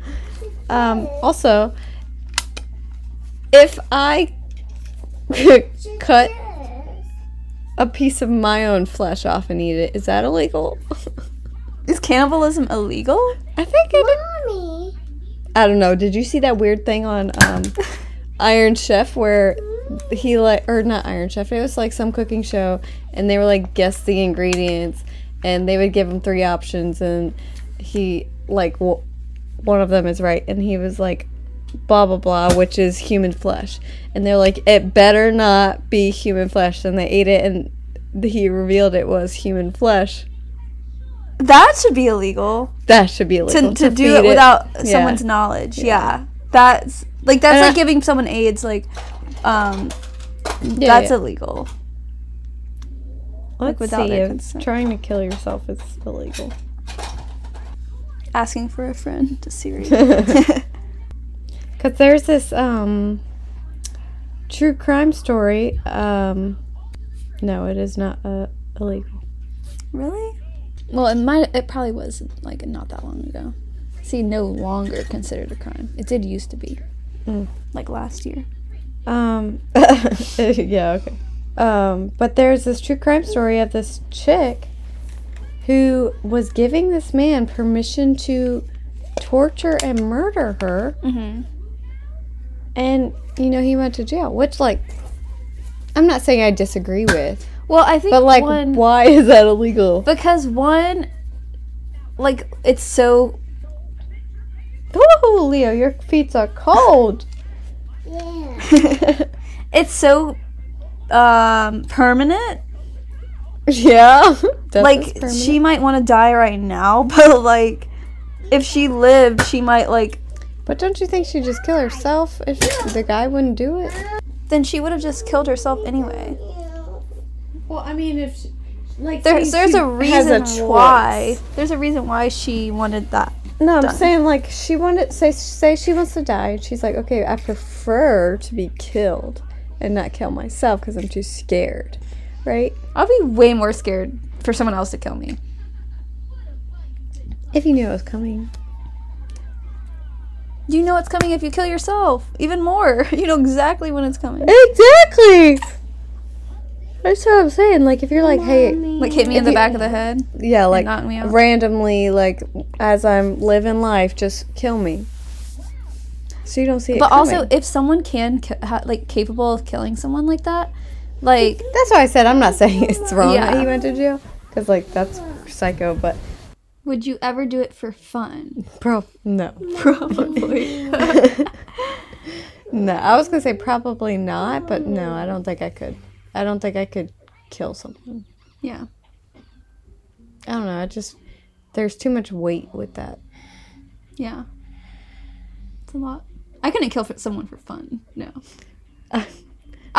Speaker 2: Um, also, if I cut
Speaker 3: Yes.
Speaker 2: a piece of my own flesh off and eat it, is that illegal?
Speaker 1: is cannibalism illegal?
Speaker 2: I think I did.
Speaker 3: Mommy.
Speaker 2: I don't know. Did you see that weird thing on um, Iron Chef where he like or not Iron Chef? It was like some cooking show, and they were like guess the ingredients, and they would give him three options, and he like w- one of them is right, and he was like blah blah blah, which is human flesh, and they're like it better not be human flesh, and they ate it, and he revealed it was human flesh.
Speaker 1: That should be illegal
Speaker 2: That should be
Speaker 1: to,
Speaker 2: illegal.
Speaker 1: to, do
Speaker 2: feed
Speaker 1: it without
Speaker 2: Yeah.
Speaker 1: someone's knowledge. Yeah. That's like that's
Speaker 2: And
Speaker 1: like
Speaker 2: I-
Speaker 1: giving someone AIDS like um
Speaker 2: Yeah,
Speaker 1: that's
Speaker 2: yeah.
Speaker 1: illegal.
Speaker 2: Let's
Speaker 1: without
Speaker 2: see
Speaker 1: their
Speaker 2: if
Speaker 1: consent.
Speaker 2: trying to kill yourself is illegal.
Speaker 1: Asking for a friend to Siri.
Speaker 2: Cause there's this um true crime story. Um no, it is not uh, illegal.
Speaker 1: really? Well, it might it probably was like not that long ago. See, no longer considered a crime. It did used to be.
Speaker 2: Mm.
Speaker 1: Like last year.
Speaker 2: Um yeah, okay. Um but there's this true crime story of this chick who was giving this man permission to torture and murder her
Speaker 1: Mhm.
Speaker 2: and you know he went to jail, which like I'm not saying I disagree with.
Speaker 1: Well, I think
Speaker 2: But like,
Speaker 1: one
Speaker 2: why is that illegal?
Speaker 1: because one like it's so
Speaker 2: Oh, Leo, your feet are cold.
Speaker 3: Yeah.
Speaker 1: it's so um permanent
Speaker 2: yeah, Death is
Speaker 1: like
Speaker 2: permanent.
Speaker 1: she might want to die right now but like if she lived she might like
Speaker 2: But don't you think she'd just kill herself if the guy wouldn't do it?
Speaker 1: then she would have just killed herself anyway
Speaker 2: Well, I mean, if she, like
Speaker 1: there's there's a reason why there's a reason why she wanted that
Speaker 2: No, I'm
Speaker 1: done.
Speaker 2: saying like she wanted say say she wants to die. and She's like, okay, I prefer to be killed and not kill myself because I'm too scared, right?
Speaker 1: i'll be way more scared for someone else to kill me
Speaker 2: If you knew it was coming.
Speaker 1: you know it's coming if you kill yourself even more you know exactly when it's coming
Speaker 2: Exactly. That's what I'm saying. Like, if you're like, hey,
Speaker 1: like hit me in
Speaker 2: If
Speaker 1: the
Speaker 2: you-
Speaker 1: back of the head
Speaker 2: yeah, like
Speaker 1: knock me out.
Speaker 2: randomly, like as I'm living life, just kill me. So you don't see it.
Speaker 1: but also
Speaker 2: coming.
Speaker 1: if someone can ki- ha- like capable of killing someone like that like
Speaker 2: that's why I said I'm not saying it's wrong
Speaker 1: Yeah.
Speaker 2: that he went to jail because like that's psycho. But
Speaker 1: would you ever do it for fun
Speaker 2: pro no,
Speaker 1: Oh probably
Speaker 2: no. I was gonna say probably not, but no, I don't think I could. I don't think I could kill someone.
Speaker 1: yeah
Speaker 2: I don't know. I just there's too much weight with that.
Speaker 1: Yeah. It's a lot. I couldn't kill for someone for fun. No. I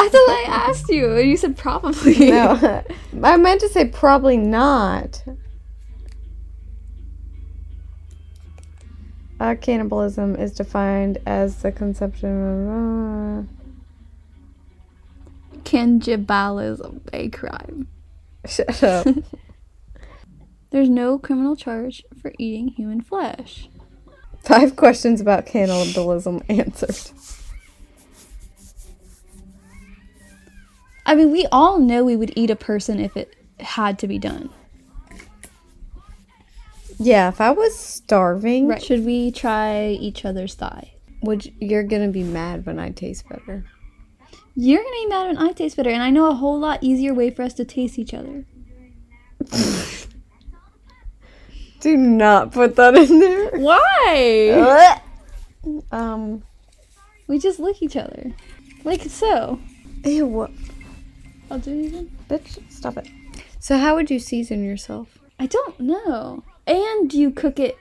Speaker 1: thought I asked you, and you said probably.
Speaker 2: No, I meant to say probably not. Uh, cannibalism is defined as the consumption
Speaker 1: Cannibalism, a crime.
Speaker 2: uh, of. Shut up.
Speaker 1: There's no criminal charge for eating human flesh.
Speaker 2: Five questions about cannibalism answered.
Speaker 1: I mean, we all know we would eat a person if it had to be done.
Speaker 2: Yeah, if I was starving,
Speaker 1: Right. Should we try each other's thigh?
Speaker 2: would you, you're gonna be mad when I taste better?
Speaker 1: You're gonna be mad when I taste better, and I know a whole lot easier way for us to taste each other.
Speaker 2: Do not put that in there.
Speaker 1: Why?
Speaker 2: um.
Speaker 1: We just lick each other. Like so.
Speaker 2: Ew.
Speaker 1: I'll do it again.
Speaker 2: Bitch, stop it. So, how would you season yourself?
Speaker 1: I don't know. And you cook it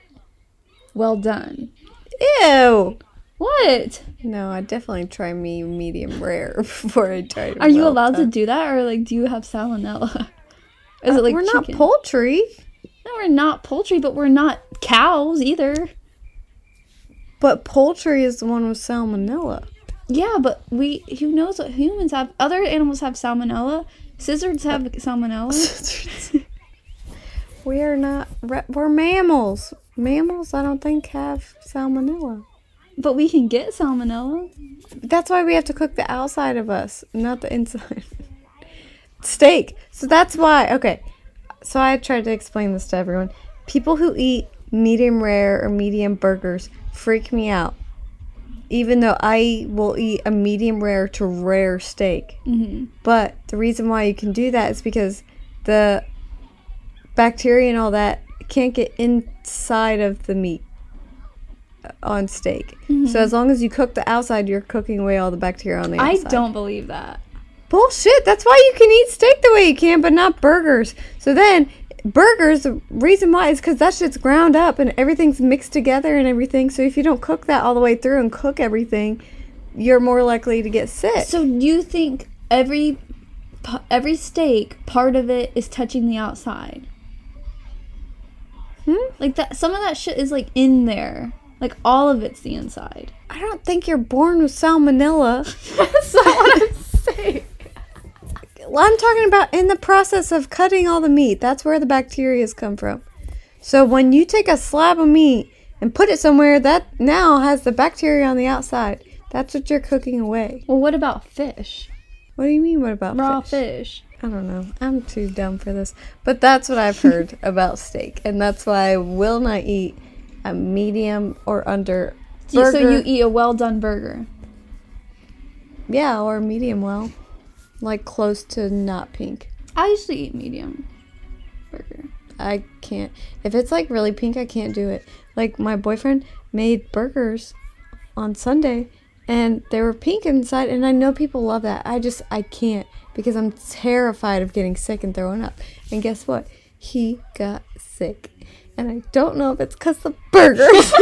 Speaker 1: well done.
Speaker 2: Ew.
Speaker 1: What?
Speaker 2: No, I definitely try me medium rare before I try.
Speaker 1: Are you allowed to do that, or like, do you have salmonella? Is it like
Speaker 2: Uh, We're
Speaker 1: chicken?
Speaker 2: not poultry,
Speaker 1: No, we're not poultry, but we're not cows either.
Speaker 2: but poultry is the one with salmonella.
Speaker 1: Yeah, but we who knows what humans have? Other animals have salmonella. Lizards have salmonella.
Speaker 2: we are not. Re- we're mammals. Mammals, I don't think have salmonella.
Speaker 1: But we can get salmonella.
Speaker 2: That's why we have to cook the outside of us, not the inside. Steak. So that's why. Okay. So I tried to explain this to everyone. People who eat medium rare or medium burgers freak me out. Even though I will eat a medium rare to rare steak.
Speaker 1: Mhm.
Speaker 2: But the reason why you can do that is because the bacteria and all that can't get inside of the meat uh, on steak. So as long as you cook the outside, you're cooking away all the bacteria on the
Speaker 1: I
Speaker 2: outside.
Speaker 1: don't believe that.
Speaker 2: Bullshit. That's why you can eat steak the way you can, but not burgers. So then, burgers, the reason why is because that shit's ground up and everything's mixed together and everything. So if you don't cook that all the way through and cook everything, you're more likely to get sick.
Speaker 1: So do you think every p- every steak part of it is touching the outside?
Speaker 2: Hmm?
Speaker 1: Like that some of that shit is like in there. Like all of it's the inside.
Speaker 2: I don't think you're born with salmonella.
Speaker 1: That's not what I'm saying.
Speaker 2: Well, I'm talking about in the process of cutting all the meat. That's where the bacteria's come from. So when you take a slab of meat and put it somewhere, that now has the bacteria on the outside. That's what you're cooking away.
Speaker 1: Well, what about fish?
Speaker 2: What do you mean? What about
Speaker 1: Raw fish.
Speaker 2: I don't know. I'm too dumb for this. But that's what I've heard about steak, and that's why I will not eat a medium or under.
Speaker 1: You-
Speaker 2: Burger.
Speaker 1: So you eat a well done burger.
Speaker 2: yeah, or medium well, like close to not pink.
Speaker 1: I usually eat medium burger.
Speaker 2: I can't. If it's like really pink, I can't do it. Like my boyfriend made burgers on Sunday and they were pink inside and I know people love that. I just I can't because I'm terrified of getting sick and throwing up. And guess what? He got sick. And I don't know if it's cuz the burgers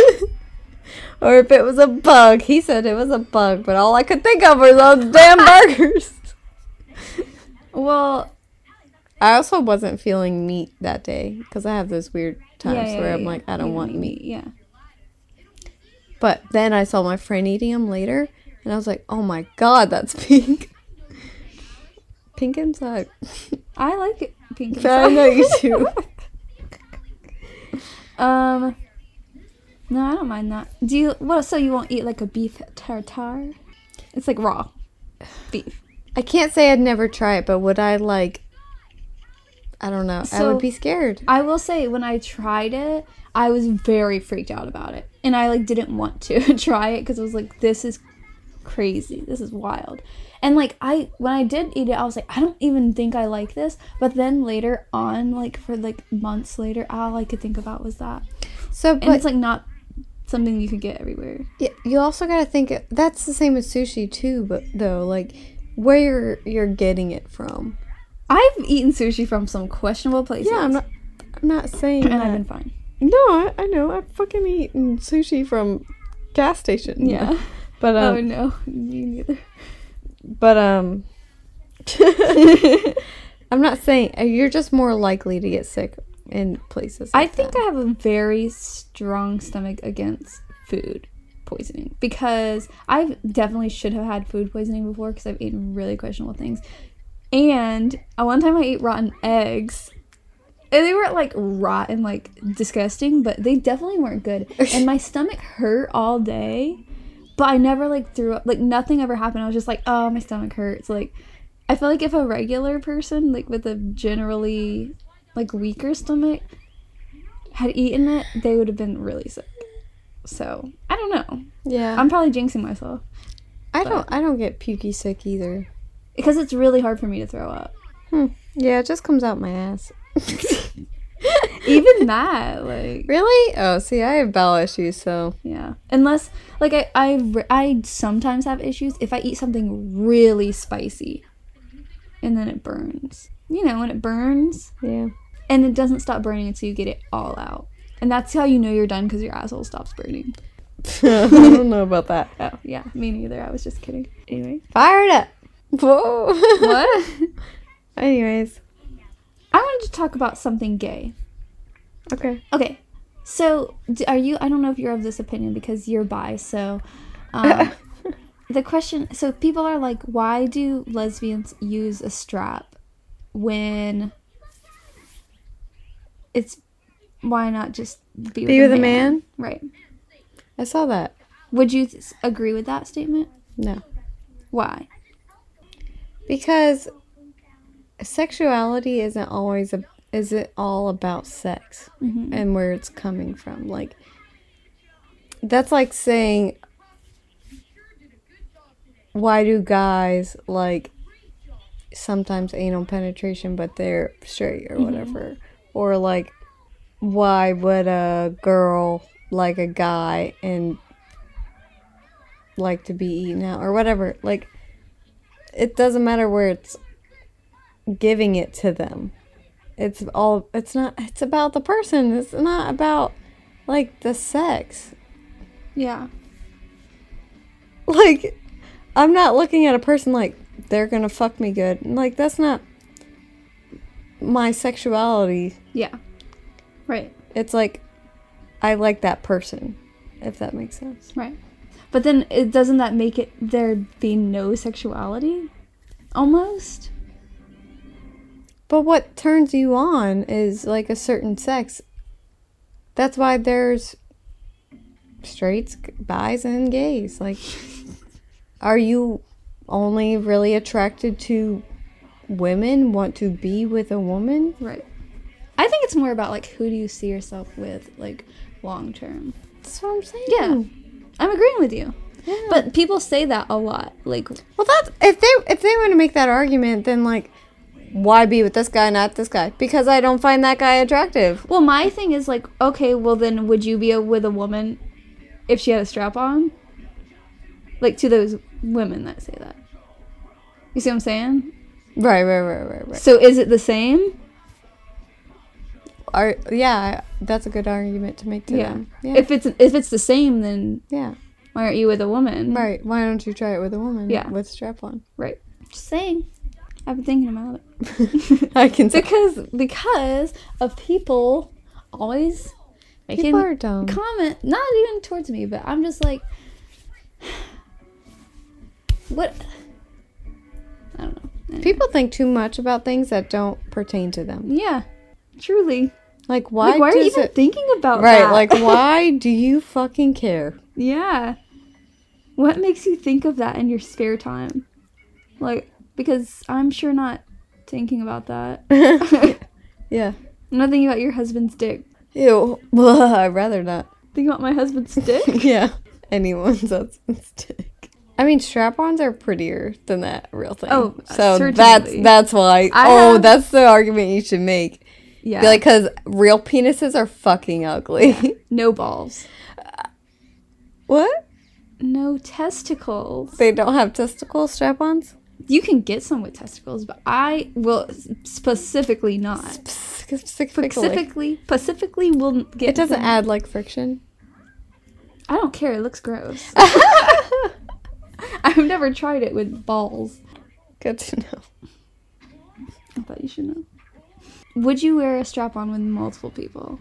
Speaker 2: or if it was a bug. He said it was a bug, but all I could think of were those damn burgers.
Speaker 1: Well,
Speaker 2: I also wasn't feeling meat that day because I have those weird times
Speaker 1: yeah,
Speaker 2: where
Speaker 1: yeah,
Speaker 2: I'm
Speaker 1: yeah.
Speaker 2: like, I don't
Speaker 1: You
Speaker 2: want
Speaker 1: eat
Speaker 2: meat.
Speaker 1: Yeah.
Speaker 2: But then I saw my friend eating them later and I was like, oh my god, that's pink. pink inside.
Speaker 1: I like it pink.
Speaker 2: I
Speaker 1: inside.
Speaker 2: know you do.
Speaker 1: Um, no, I don't mind that. Do you? What? So you won't eat like a beef tartare? It's like raw beef.
Speaker 2: I can't say I'd never try it, but would I like. I don't know. I
Speaker 1: So-
Speaker 2: would be scared.
Speaker 1: I will say, when I tried it, I was very freaked out about it, and I like didn't want to try it because I was like, this is crazy. This is wild. And like I when I did eat it, I was like, I don't even think I like this. But then later on, like for like months later, all I could think about was that.
Speaker 2: So,
Speaker 1: And
Speaker 2: but
Speaker 1: it's like not something you could get everywhere.
Speaker 2: y- you also gotta think that's the same as sushi too. But though, like where you're you're getting it from.
Speaker 1: I've eaten sushi from some questionable places.
Speaker 2: Yeah, I'm not. I'm not saying.
Speaker 1: and I've
Speaker 2: that.
Speaker 1: been fine.
Speaker 2: No, I, I know. I've fucking eaten sushi from gas station.
Speaker 1: Yeah.
Speaker 2: But um,
Speaker 1: oh no, me neither.
Speaker 2: but um, I'm not saying uh, you're just more likely to get sick in places.
Speaker 1: I
Speaker 2: like
Speaker 1: think
Speaker 2: that.
Speaker 1: I have a very strong stomach against food poisoning because I definitely should have had food poisoning before because I've eaten really questionable things. And uh, one time I ate rotten eggs And they weren't like rotten, like disgusting, but they definitely weren't good. And my stomach hurt all day, but I never like threw up. Like nothing ever happened. I was just like, oh, my stomach hurts. Like, I feel like if a regular person, like with a generally like weaker stomach, had eaten it, they would have been really sick. So I don't know.
Speaker 2: Yeah.
Speaker 1: I'm probably jinxing myself
Speaker 2: I don't. I don't get pukey sick either.
Speaker 1: because it's really hard for me to throw up.
Speaker 2: Hmm. Yeah, it just comes out my ass.
Speaker 1: Even that, like.
Speaker 2: really? Oh, see, I have bowel issues, so
Speaker 1: Yeah. Unless like I I re- I sometimes have issues if I eat something really spicy and then it burns. You know, when it burns
Speaker 2: yeah.
Speaker 1: and it doesn't stop burning until you get it all out. And that's how you know you're done cuz your asshole stops burning.
Speaker 2: I don't know about that.
Speaker 1: Oh, yeah, me neither. I was just kidding. Anyway.
Speaker 2: Fire it up. Whoa.
Speaker 1: What?
Speaker 2: Anyways.
Speaker 1: I wanted to talk about something gay.
Speaker 2: Okay.
Speaker 1: Okay. So, d- are you I don't know if you're of this opinion because you're bi, so um the question so people are like why do lesbians use a strap when it's why not just be,
Speaker 2: Be with a man?
Speaker 1: right
Speaker 2: I saw that.
Speaker 1: would you s- agree with that statement
Speaker 2: No.
Speaker 1: why
Speaker 2: Because sexuality isn't always a is it all about sex and where it's coming from. Like that's like saying why do guys like sometimes anal penetration but they're straight or whatever? Or like why would a girl like a guy and like to be eaten out or whatever? Like it doesn't matter where it's giving it to them. It's all it's not it's about the person. It's not about like the sex.
Speaker 1: yeah
Speaker 2: Like I'm not looking at a person like they're going to fuck me good. Like that's not my sexuality.
Speaker 1: yeah right
Speaker 2: It's like I like that person if that makes sense.
Speaker 1: right but then it doesn't that make it there be no sexuality almost
Speaker 2: But what turns you on is like a certain sex. That's why there's straights, g- bis, and gays. Like, are you only really attracted to women? Want to be with a woman?
Speaker 1: right i think it's more about like who do you see yourself with like long term
Speaker 2: That's what I'm saying.
Speaker 1: Yeah. I'm agreeing with you.
Speaker 2: Hmm. Yeah.
Speaker 1: But people say that a lot. Like,
Speaker 2: Well, that's if they if they want to make that argument, then like, why be with this guy, not this guy? Because I don't find that guy attractive.
Speaker 1: well, my thing is like, okay, well then would you be a, with a woman if she had a strap on? Like to those women that say that. You see what I'm saying?
Speaker 2: Right, right, right, right, right.
Speaker 1: So is it the same?
Speaker 2: Are yeah, that's a good argument to make to them. Yeah.
Speaker 1: If it's if it's the same then
Speaker 2: Yeah.
Speaker 1: why aren't you with a woman?
Speaker 2: Right. Why don't you try it with a woman?
Speaker 1: Yeah.
Speaker 2: With strap on.
Speaker 1: Right. Just saying. I've been thinking about it.
Speaker 2: I can say
Speaker 1: Because because of people always making
Speaker 2: people are dumb.
Speaker 1: comment not even towards me but i'm just like what i don't know Anyway.
Speaker 2: People think too much about things that don't pertain to them.
Speaker 1: yeah truly like,
Speaker 2: Like why,
Speaker 1: why are you
Speaker 2: does
Speaker 1: even
Speaker 2: it
Speaker 1: thinking about
Speaker 2: Right,
Speaker 1: that?
Speaker 2: like why do you fucking care?
Speaker 1: yeah what makes you think of that in your spare time like because i'm sure not thinking about that i'm
Speaker 2: Yeah.
Speaker 1: not thinking about your husband's dick
Speaker 2: Ew. Blah, I'd rather not.
Speaker 1: think about my husband's dick
Speaker 2: yeah. Anyone's that's a mistake. I mean strap ons are prettier than that real thing.
Speaker 1: Oh,
Speaker 2: so that's
Speaker 1: certainly.
Speaker 2: that's why
Speaker 1: I
Speaker 2: Oh,
Speaker 1: have-
Speaker 2: that's the argument you should make.
Speaker 1: yeah
Speaker 2: Be like cause real penises are fucking ugly.
Speaker 1: no balls
Speaker 2: what?
Speaker 1: no testicles
Speaker 2: They don't have testicle strap ons?
Speaker 1: You can get some with testicles, but I will specifically not.
Speaker 2: Specific.
Speaker 1: Specifically, specifically will n- get.
Speaker 2: It doesn't
Speaker 1: them.
Speaker 2: add like friction.
Speaker 1: I don't care. It looks gross. I've never tried it with balls.
Speaker 2: Good to know.
Speaker 1: I thought you should know. Would you wear a strap on with multiple people?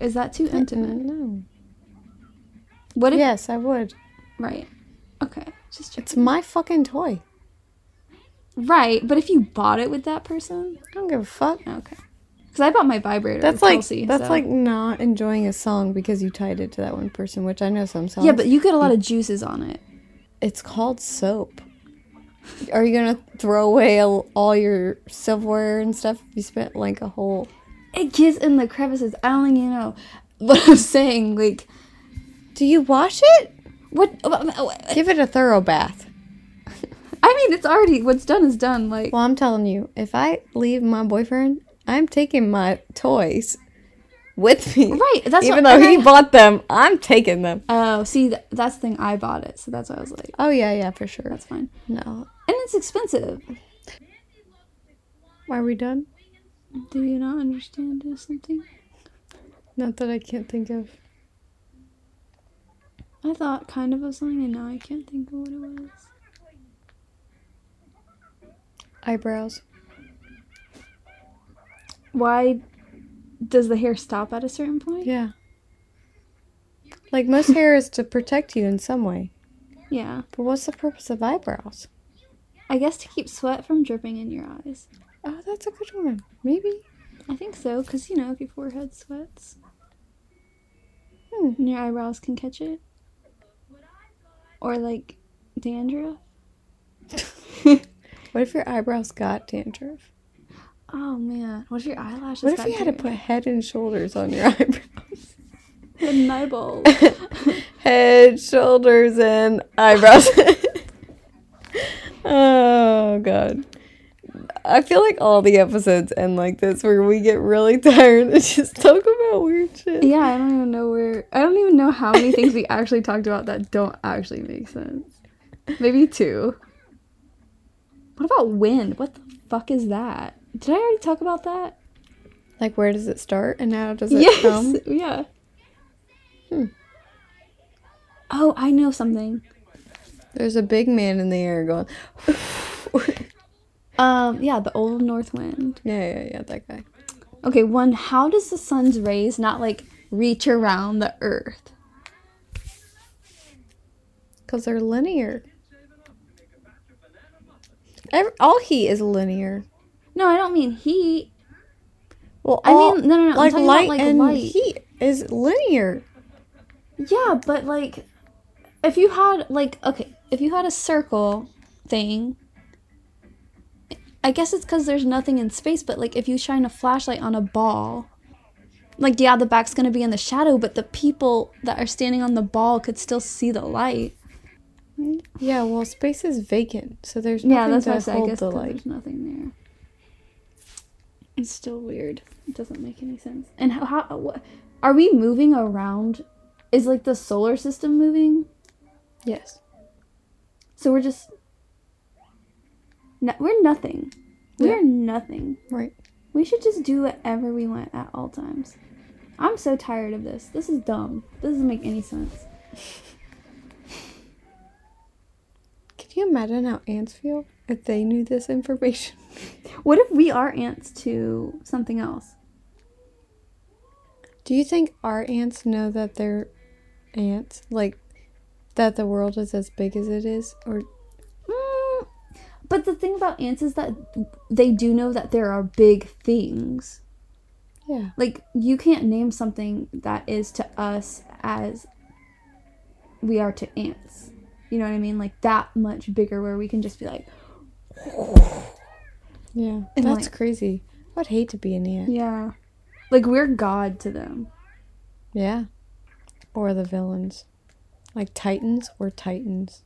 Speaker 1: Is that too intimate?
Speaker 2: No.
Speaker 1: What if?
Speaker 2: Yes, I would.
Speaker 1: Right. Okay. Just check.
Speaker 2: It's my fucking toy.
Speaker 1: Right, but if you bought it with that person,
Speaker 2: I don't give a fuck.
Speaker 1: okay. Because I bought my vibrator.
Speaker 2: That's
Speaker 1: with
Speaker 2: like
Speaker 1: Kelsey,
Speaker 2: that's
Speaker 1: so-
Speaker 2: like not enjoying a song because you tied it to that one person, which I know some songs.
Speaker 1: Yeah, but you get a lot of juices on it.
Speaker 2: it's called soap. Are you gonna throw away all all your silverware and stuff? if You spent like a whole.
Speaker 1: It gets in the crevices. I don't think you know. But I'm saying, like,
Speaker 2: Do you wash it?
Speaker 1: what?
Speaker 2: Give it a thorough bath.
Speaker 1: I mean, it's already what's done is done. Like,
Speaker 2: Well, I'm telling you, if I leave my boyfriend, I'm taking my toys with me.
Speaker 1: Right, that's
Speaker 2: even
Speaker 1: what-
Speaker 2: though he
Speaker 1: and I-
Speaker 2: bought them, I'm taking them.
Speaker 1: oh, see, th- that's the thing. I bought it, so that's why I was like,
Speaker 2: Oh yeah, yeah, for sure.
Speaker 1: that's fine.
Speaker 2: No,
Speaker 1: And it's expensive.
Speaker 2: are we done?
Speaker 1: Do you not understand or something?
Speaker 2: Not that I can't think of.
Speaker 1: I thought kind of of something, and now I can't think of what it was.
Speaker 2: Eyebrows.
Speaker 1: Why does the hair stop at a certain point?
Speaker 2: Yeah. Like most hair is to protect you in some way.
Speaker 1: yeah.
Speaker 2: But what's the purpose of eyebrows?
Speaker 1: I guess to keep sweat from dripping in your eyes.
Speaker 2: Oh, that's a good one. Maybe.
Speaker 1: I think so, because you know, if your forehead sweats,
Speaker 2: Hmm.
Speaker 1: and your eyebrows can catch it. Or like dandruff.
Speaker 2: What if your eyebrows got dandruff?
Speaker 1: Oh man, what if your eyelashes?
Speaker 2: What if
Speaker 1: got
Speaker 2: you had to put head and shoulders on your eyebrows?
Speaker 1: the nibble?
Speaker 2: head, shoulders, and eyebrows. oh god. I feel like all the episodes end like this where we get really tired and just talk about weird shit.
Speaker 1: yeah, I don't even know where. I don't even know how many things we actually talked about that don't actually make sense. Maybe two. What about wind? What the fuck is that? Did I already talk about that? um?
Speaker 2: Like where does it start and how does it
Speaker 1: yes.
Speaker 2: come?
Speaker 1: Yeah.
Speaker 2: Hmm.
Speaker 1: Oh, I know something.
Speaker 2: There's a big man in the air going.
Speaker 1: Um, yeah, the old north wind.
Speaker 2: yeah, yeah, yeah, that guy.
Speaker 1: Okay, one, how does the sun's rays not like reach around the earth?
Speaker 2: Because they're linear. Ev- all heat is linear.
Speaker 1: No, I don't mean heat.
Speaker 2: Well,
Speaker 1: I
Speaker 2: all-
Speaker 1: mean, no, no, no, I'm
Speaker 2: like
Speaker 1: talking about,
Speaker 2: light
Speaker 1: like,
Speaker 2: and
Speaker 1: light.
Speaker 2: heat is linear.
Speaker 1: Yeah, but like if you had like okay, if you had a circle thing I guess it's cuz there's nothing in space, but like if you shine a flashlight on a ball, like yeah, the back's going to be in the shadow, but the people that are standing on the ball could still see the light.
Speaker 2: Yeah, well, space is vacant, so there's
Speaker 1: Yeah,
Speaker 2: nothing
Speaker 1: that's why I
Speaker 2: to
Speaker 1: said I
Speaker 2: hold
Speaker 1: guess
Speaker 2: the
Speaker 1: 'cause
Speaker 2: light.
Speaker 1: there's nothing there. It's still weird. It doesn't make any sense. And how, how what, are we moving around? Is like the solar system moving?
Speaker 2: Yes.
Speaker 1: So we're just no, we're nothing. We
Speaker 2: Yeah.
Speaker 1: are nothing.
Speaker 2: Right.
Speaker 1: We should just do whatever we want at all times. I'm so tired of this. This is dumb. This doesn't make any sense.
Speaker 2: Can you imagine how ants feel if they knew this information?
Speaker 1: What if we are ants to something else?
Speaker 2: Do you think our ants know that they're ants? Like, that the world is as big as it is? Or
Speaker 1: Mm, but the thing about ants is that they do know that there are big things.
Speaker 2: Yeah.
Speaker 1: Like you can't name something that is to us as we are to ants. You know what I mean? Like that much bigger where we can just be like,
Speaker 2: Yeah.
Speaker 1: And,
Speaker 2: That's
Speaker 1: like-
Speaker 2: crazy. I'd hate to be an ant.
Speaker 1: yeah. Like we're god to them.
Speaker 2: Yeah. Or the villains. Like Titans or Titans.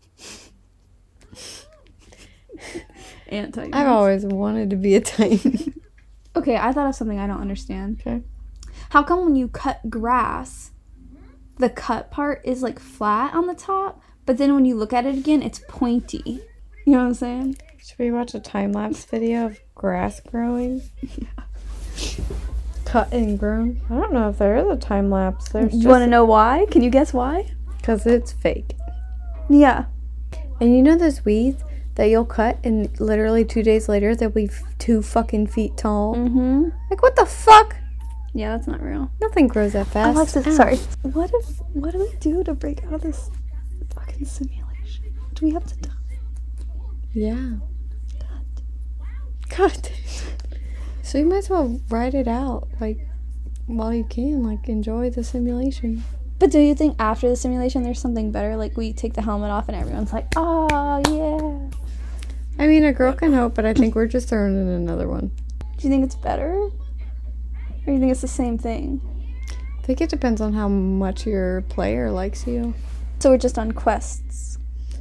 Speaker 1: Ant titans.
Speaker 2: I've always wanted to be a Titan.
Speaker 1: Okay, I thought of something I don't understand.
Speaker 2: Okay.
Speaker 1: How come when you cut grass, the cut part is like flat on the top, but then when you look at it again, it's pointy. You know what I'm saying?
Speaker 2: Should we watch a time lapse video of grass growing? Cut and grown. I don't know if there is a time lapse. There's
Speaker 1: You want to
Speaker 2: just
Speaker 1: know why? Can you guess why?
Speaker 2: because it's fake.
Speaker 1: Yeah.
Speaker 2: And you know those weeds that you'll cut and literally two days later they'll be f- two fucking feet tall.
Speaker 1: Mm-hmm.
Speaker 2: Like what the fuck?
Speaker 1: Yeah, that's not real.
Speaker 2: Nothing grows that fast. Ow.
Speaker 1: sorry. What if? What do we do to break out of this fucking simulation? Do we have to?
Speaker 2: Yeah. God. God. So you might as well write it out, like while you can, like enjoy the simulation.
Speaker 1: But do you think after the simulation there's something better? Like we take the helmet off and everyone's like, oh yeah.
Speaker 2: I mean, a girl can hope, but I think we're just throwing in another one.
Speaker 1: Do you think it's better? Or you think it's the same thing?
Speaker 2: I think it depends on how much your player likes you.
Speaker 1: So we're just on quests.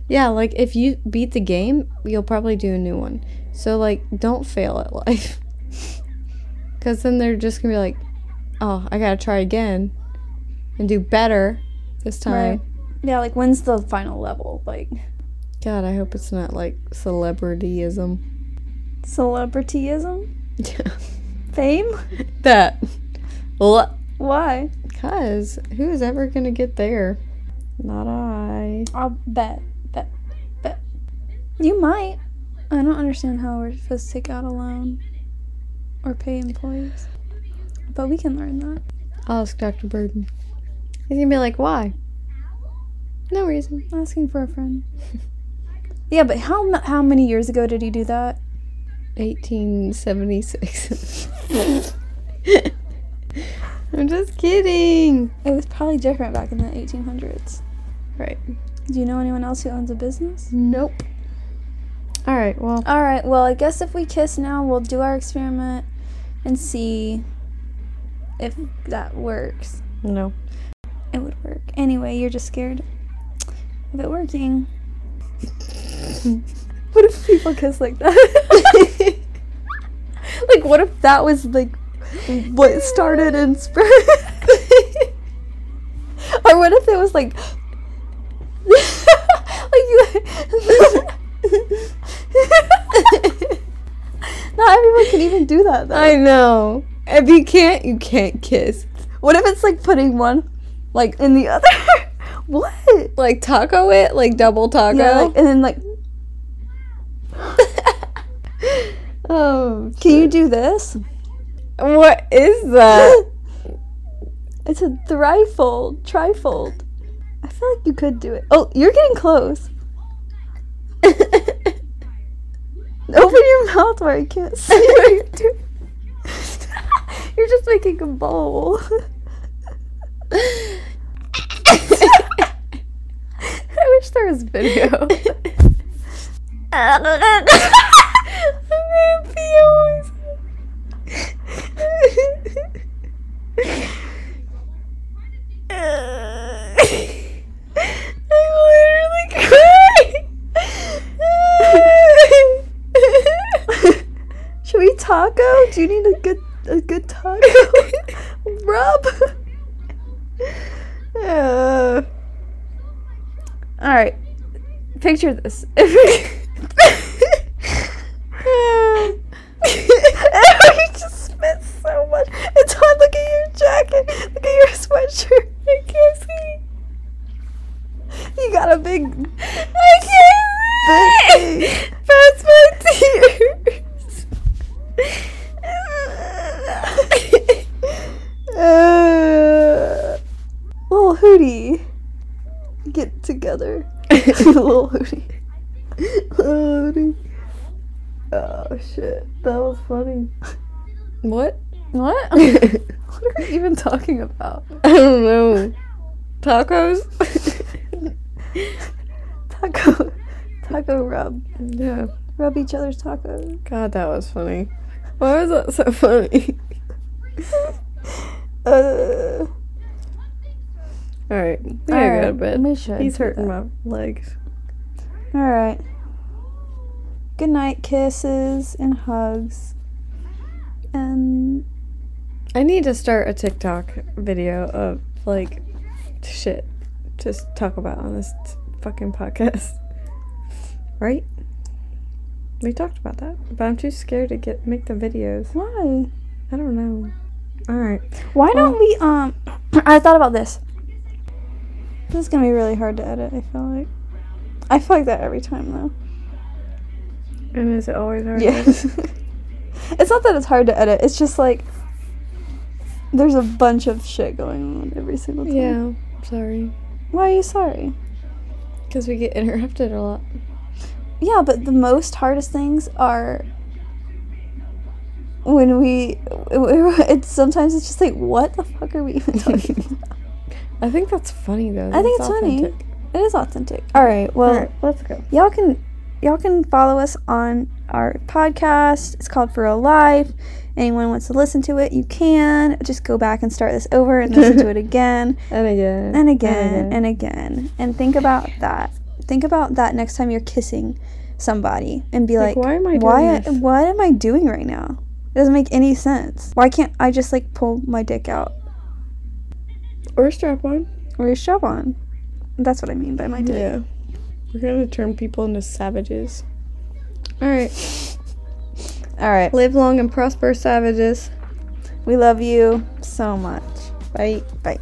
Speaker 2: Yeah, like if you beat the game, you'll probably do a new one. So like, don't fail at life, because then they're just gonna be like, "Oh, I gotta try again, and do better this time."
Speaker 1: Yeah, like when's the final level? Like
Speaker 2: God, I hope it's not like celebrityism.
Speaker 1: celebrityism? Fame?
Speaker 2: that. L-
Speaker 1: Why?
Speaker 2: Cause who is ever gonna get there? Not I.
Speaker 1: I'll bet. Bet. Bet. You might. I don't understand how we're supposed to take out a loan or pay employees. But we can learn that.
Speaker 2: I'll ask Dr. Burden. He's gonna be like, why? No reason.
Speaker 1: Asking for a friend. yeah, but how mu- how many years ago did he do that?
Speaker 2: 1876. I'm just kidding.
Speaker 1: It was probably different back in the 1800s.
Speaker 2: Right.
Speaker 1: Do you know anyone else who owns a business?
Speaker 2: Nope. All right. Well,
Speaker 1: All right. Well, I guess if we kiss now, we'll do our experiment and see if that works.
Speaker 2: no.
Speaker 1: It would work. Anyway, you're just scared of it working. what if people kiss like that? like, what if that was like what started and spread? or what if it was like, like you? Not everyone can even do that though.
Speaker 2: I know. If you can't, you can't kiss.
Speaker 1: what if it's like putting one like in the other? what?
Speaker 2: Like taco it, like double taco.
Speaker 1: Yeah, like, and then like,
Speaker 2: oh,
Speaker 1: can you do this?
Speaker 2: what is that?
Speaker 1: It's a thrifold, trifold. I feel like you could do it. Oh, you're getting close. Open your mouth where I can't see what you're doing. you're just making a bowl. I wish there was video. I'm gonna pee always. I'm literally crying. Should we taco? Do you need a good a good taco? Rub. Uh. All right. Picture this. you just spit so much. It's hard. Look at your jacket. Look at your sweatshirt. I can't see. You got a big. I can't big see. That's my tears. uh, little hootie, get together. little hootie. Little hootie. Oh shit, that was funny.
Speaker 2: what?
Speaker 1: What? what are we even talking about?
Speaker 2: I don't know. Tacos?
Speaker 1: Taco, taco rub,
Speaker 2: yeah.
Speaker 1: rub each other's tacos.
Speaker 2: God, that was funny. Why was that so funny?
Speaker 1: Uh,
Speaker 2: All right. We gotta go to
Speaker 1: Alright,
Speaker 2: bed.
Speaker 1: we should
Speaker 2: He's
Speaker 1: do
Speaker 2: hurting
Speaker 1: that.
Speaker 2: my legs.
Speaker 1: all right. Good night, kisses and hugs, and
Speaker 2: I need to start a TikTok video of like shit. Just talk about on this t- fucking podcast. Right? We talked about that. But I'm too scared to get make the videos.
Speaker 1: why?
Speaker 2: I don't know. Alright.
Speaker 1: Why don't we? Um, I thought about this. This is gonna be really hard to edit. I feel like. I feel like that every time though.
Speaker 2: And is it always hard?
Speaker 1: Yeah. it's not that it's hard to edit. It's just like there's a bunch of shit going on every single time.
Speaker 2: Yeah. Sorry.
Speaker 1: Why are you sorry?
Speaker 2: Because we get interrupted a lot.
Speaker 1: Yeah, but the most hardest things are when we it's sometimes it's just like what the fuck are we even talking about?
Speaker 2: I think that's funny though.
Speaker 1: I think it's
Speaker 2: That's
Speaker 1: funny.
Speaker 2: authentic.
Speaker 1: It is authentic. All right. Well,
Speaker 2: All right, let's go.
Speaker 1: y'all can y'all can follow us on our podcast. It's called For Real Life. Anyone wants to listen to it, you can. Just go back and start this over and listen to it again
Speaker 2: And again.
Speaker 1: and
Speaker 2: Mm-hmm.
Speaker 1: again and again. And think about that. Think about that next time you're kissing somebody and be like,
Speaker 2: Like, why am I doing
Speaker 1: why,
Speaker 2: this?
Speaker 1: what am I doing right now? It doesn't make any sense. Why can't I just like pull my dick out
Speaker 2: Or strap on.
Speaker 1: or just shove on? That's what I mean by my dick.
Speaker 2: Yeah. We're gonna turn people into savages. Alright.
Speaker 1: Alright.
Speaker 2: Live long and prosper savages.
Speaker 1: We love you so much.
Speaker 2: Bye.
Speaker 1: Bye.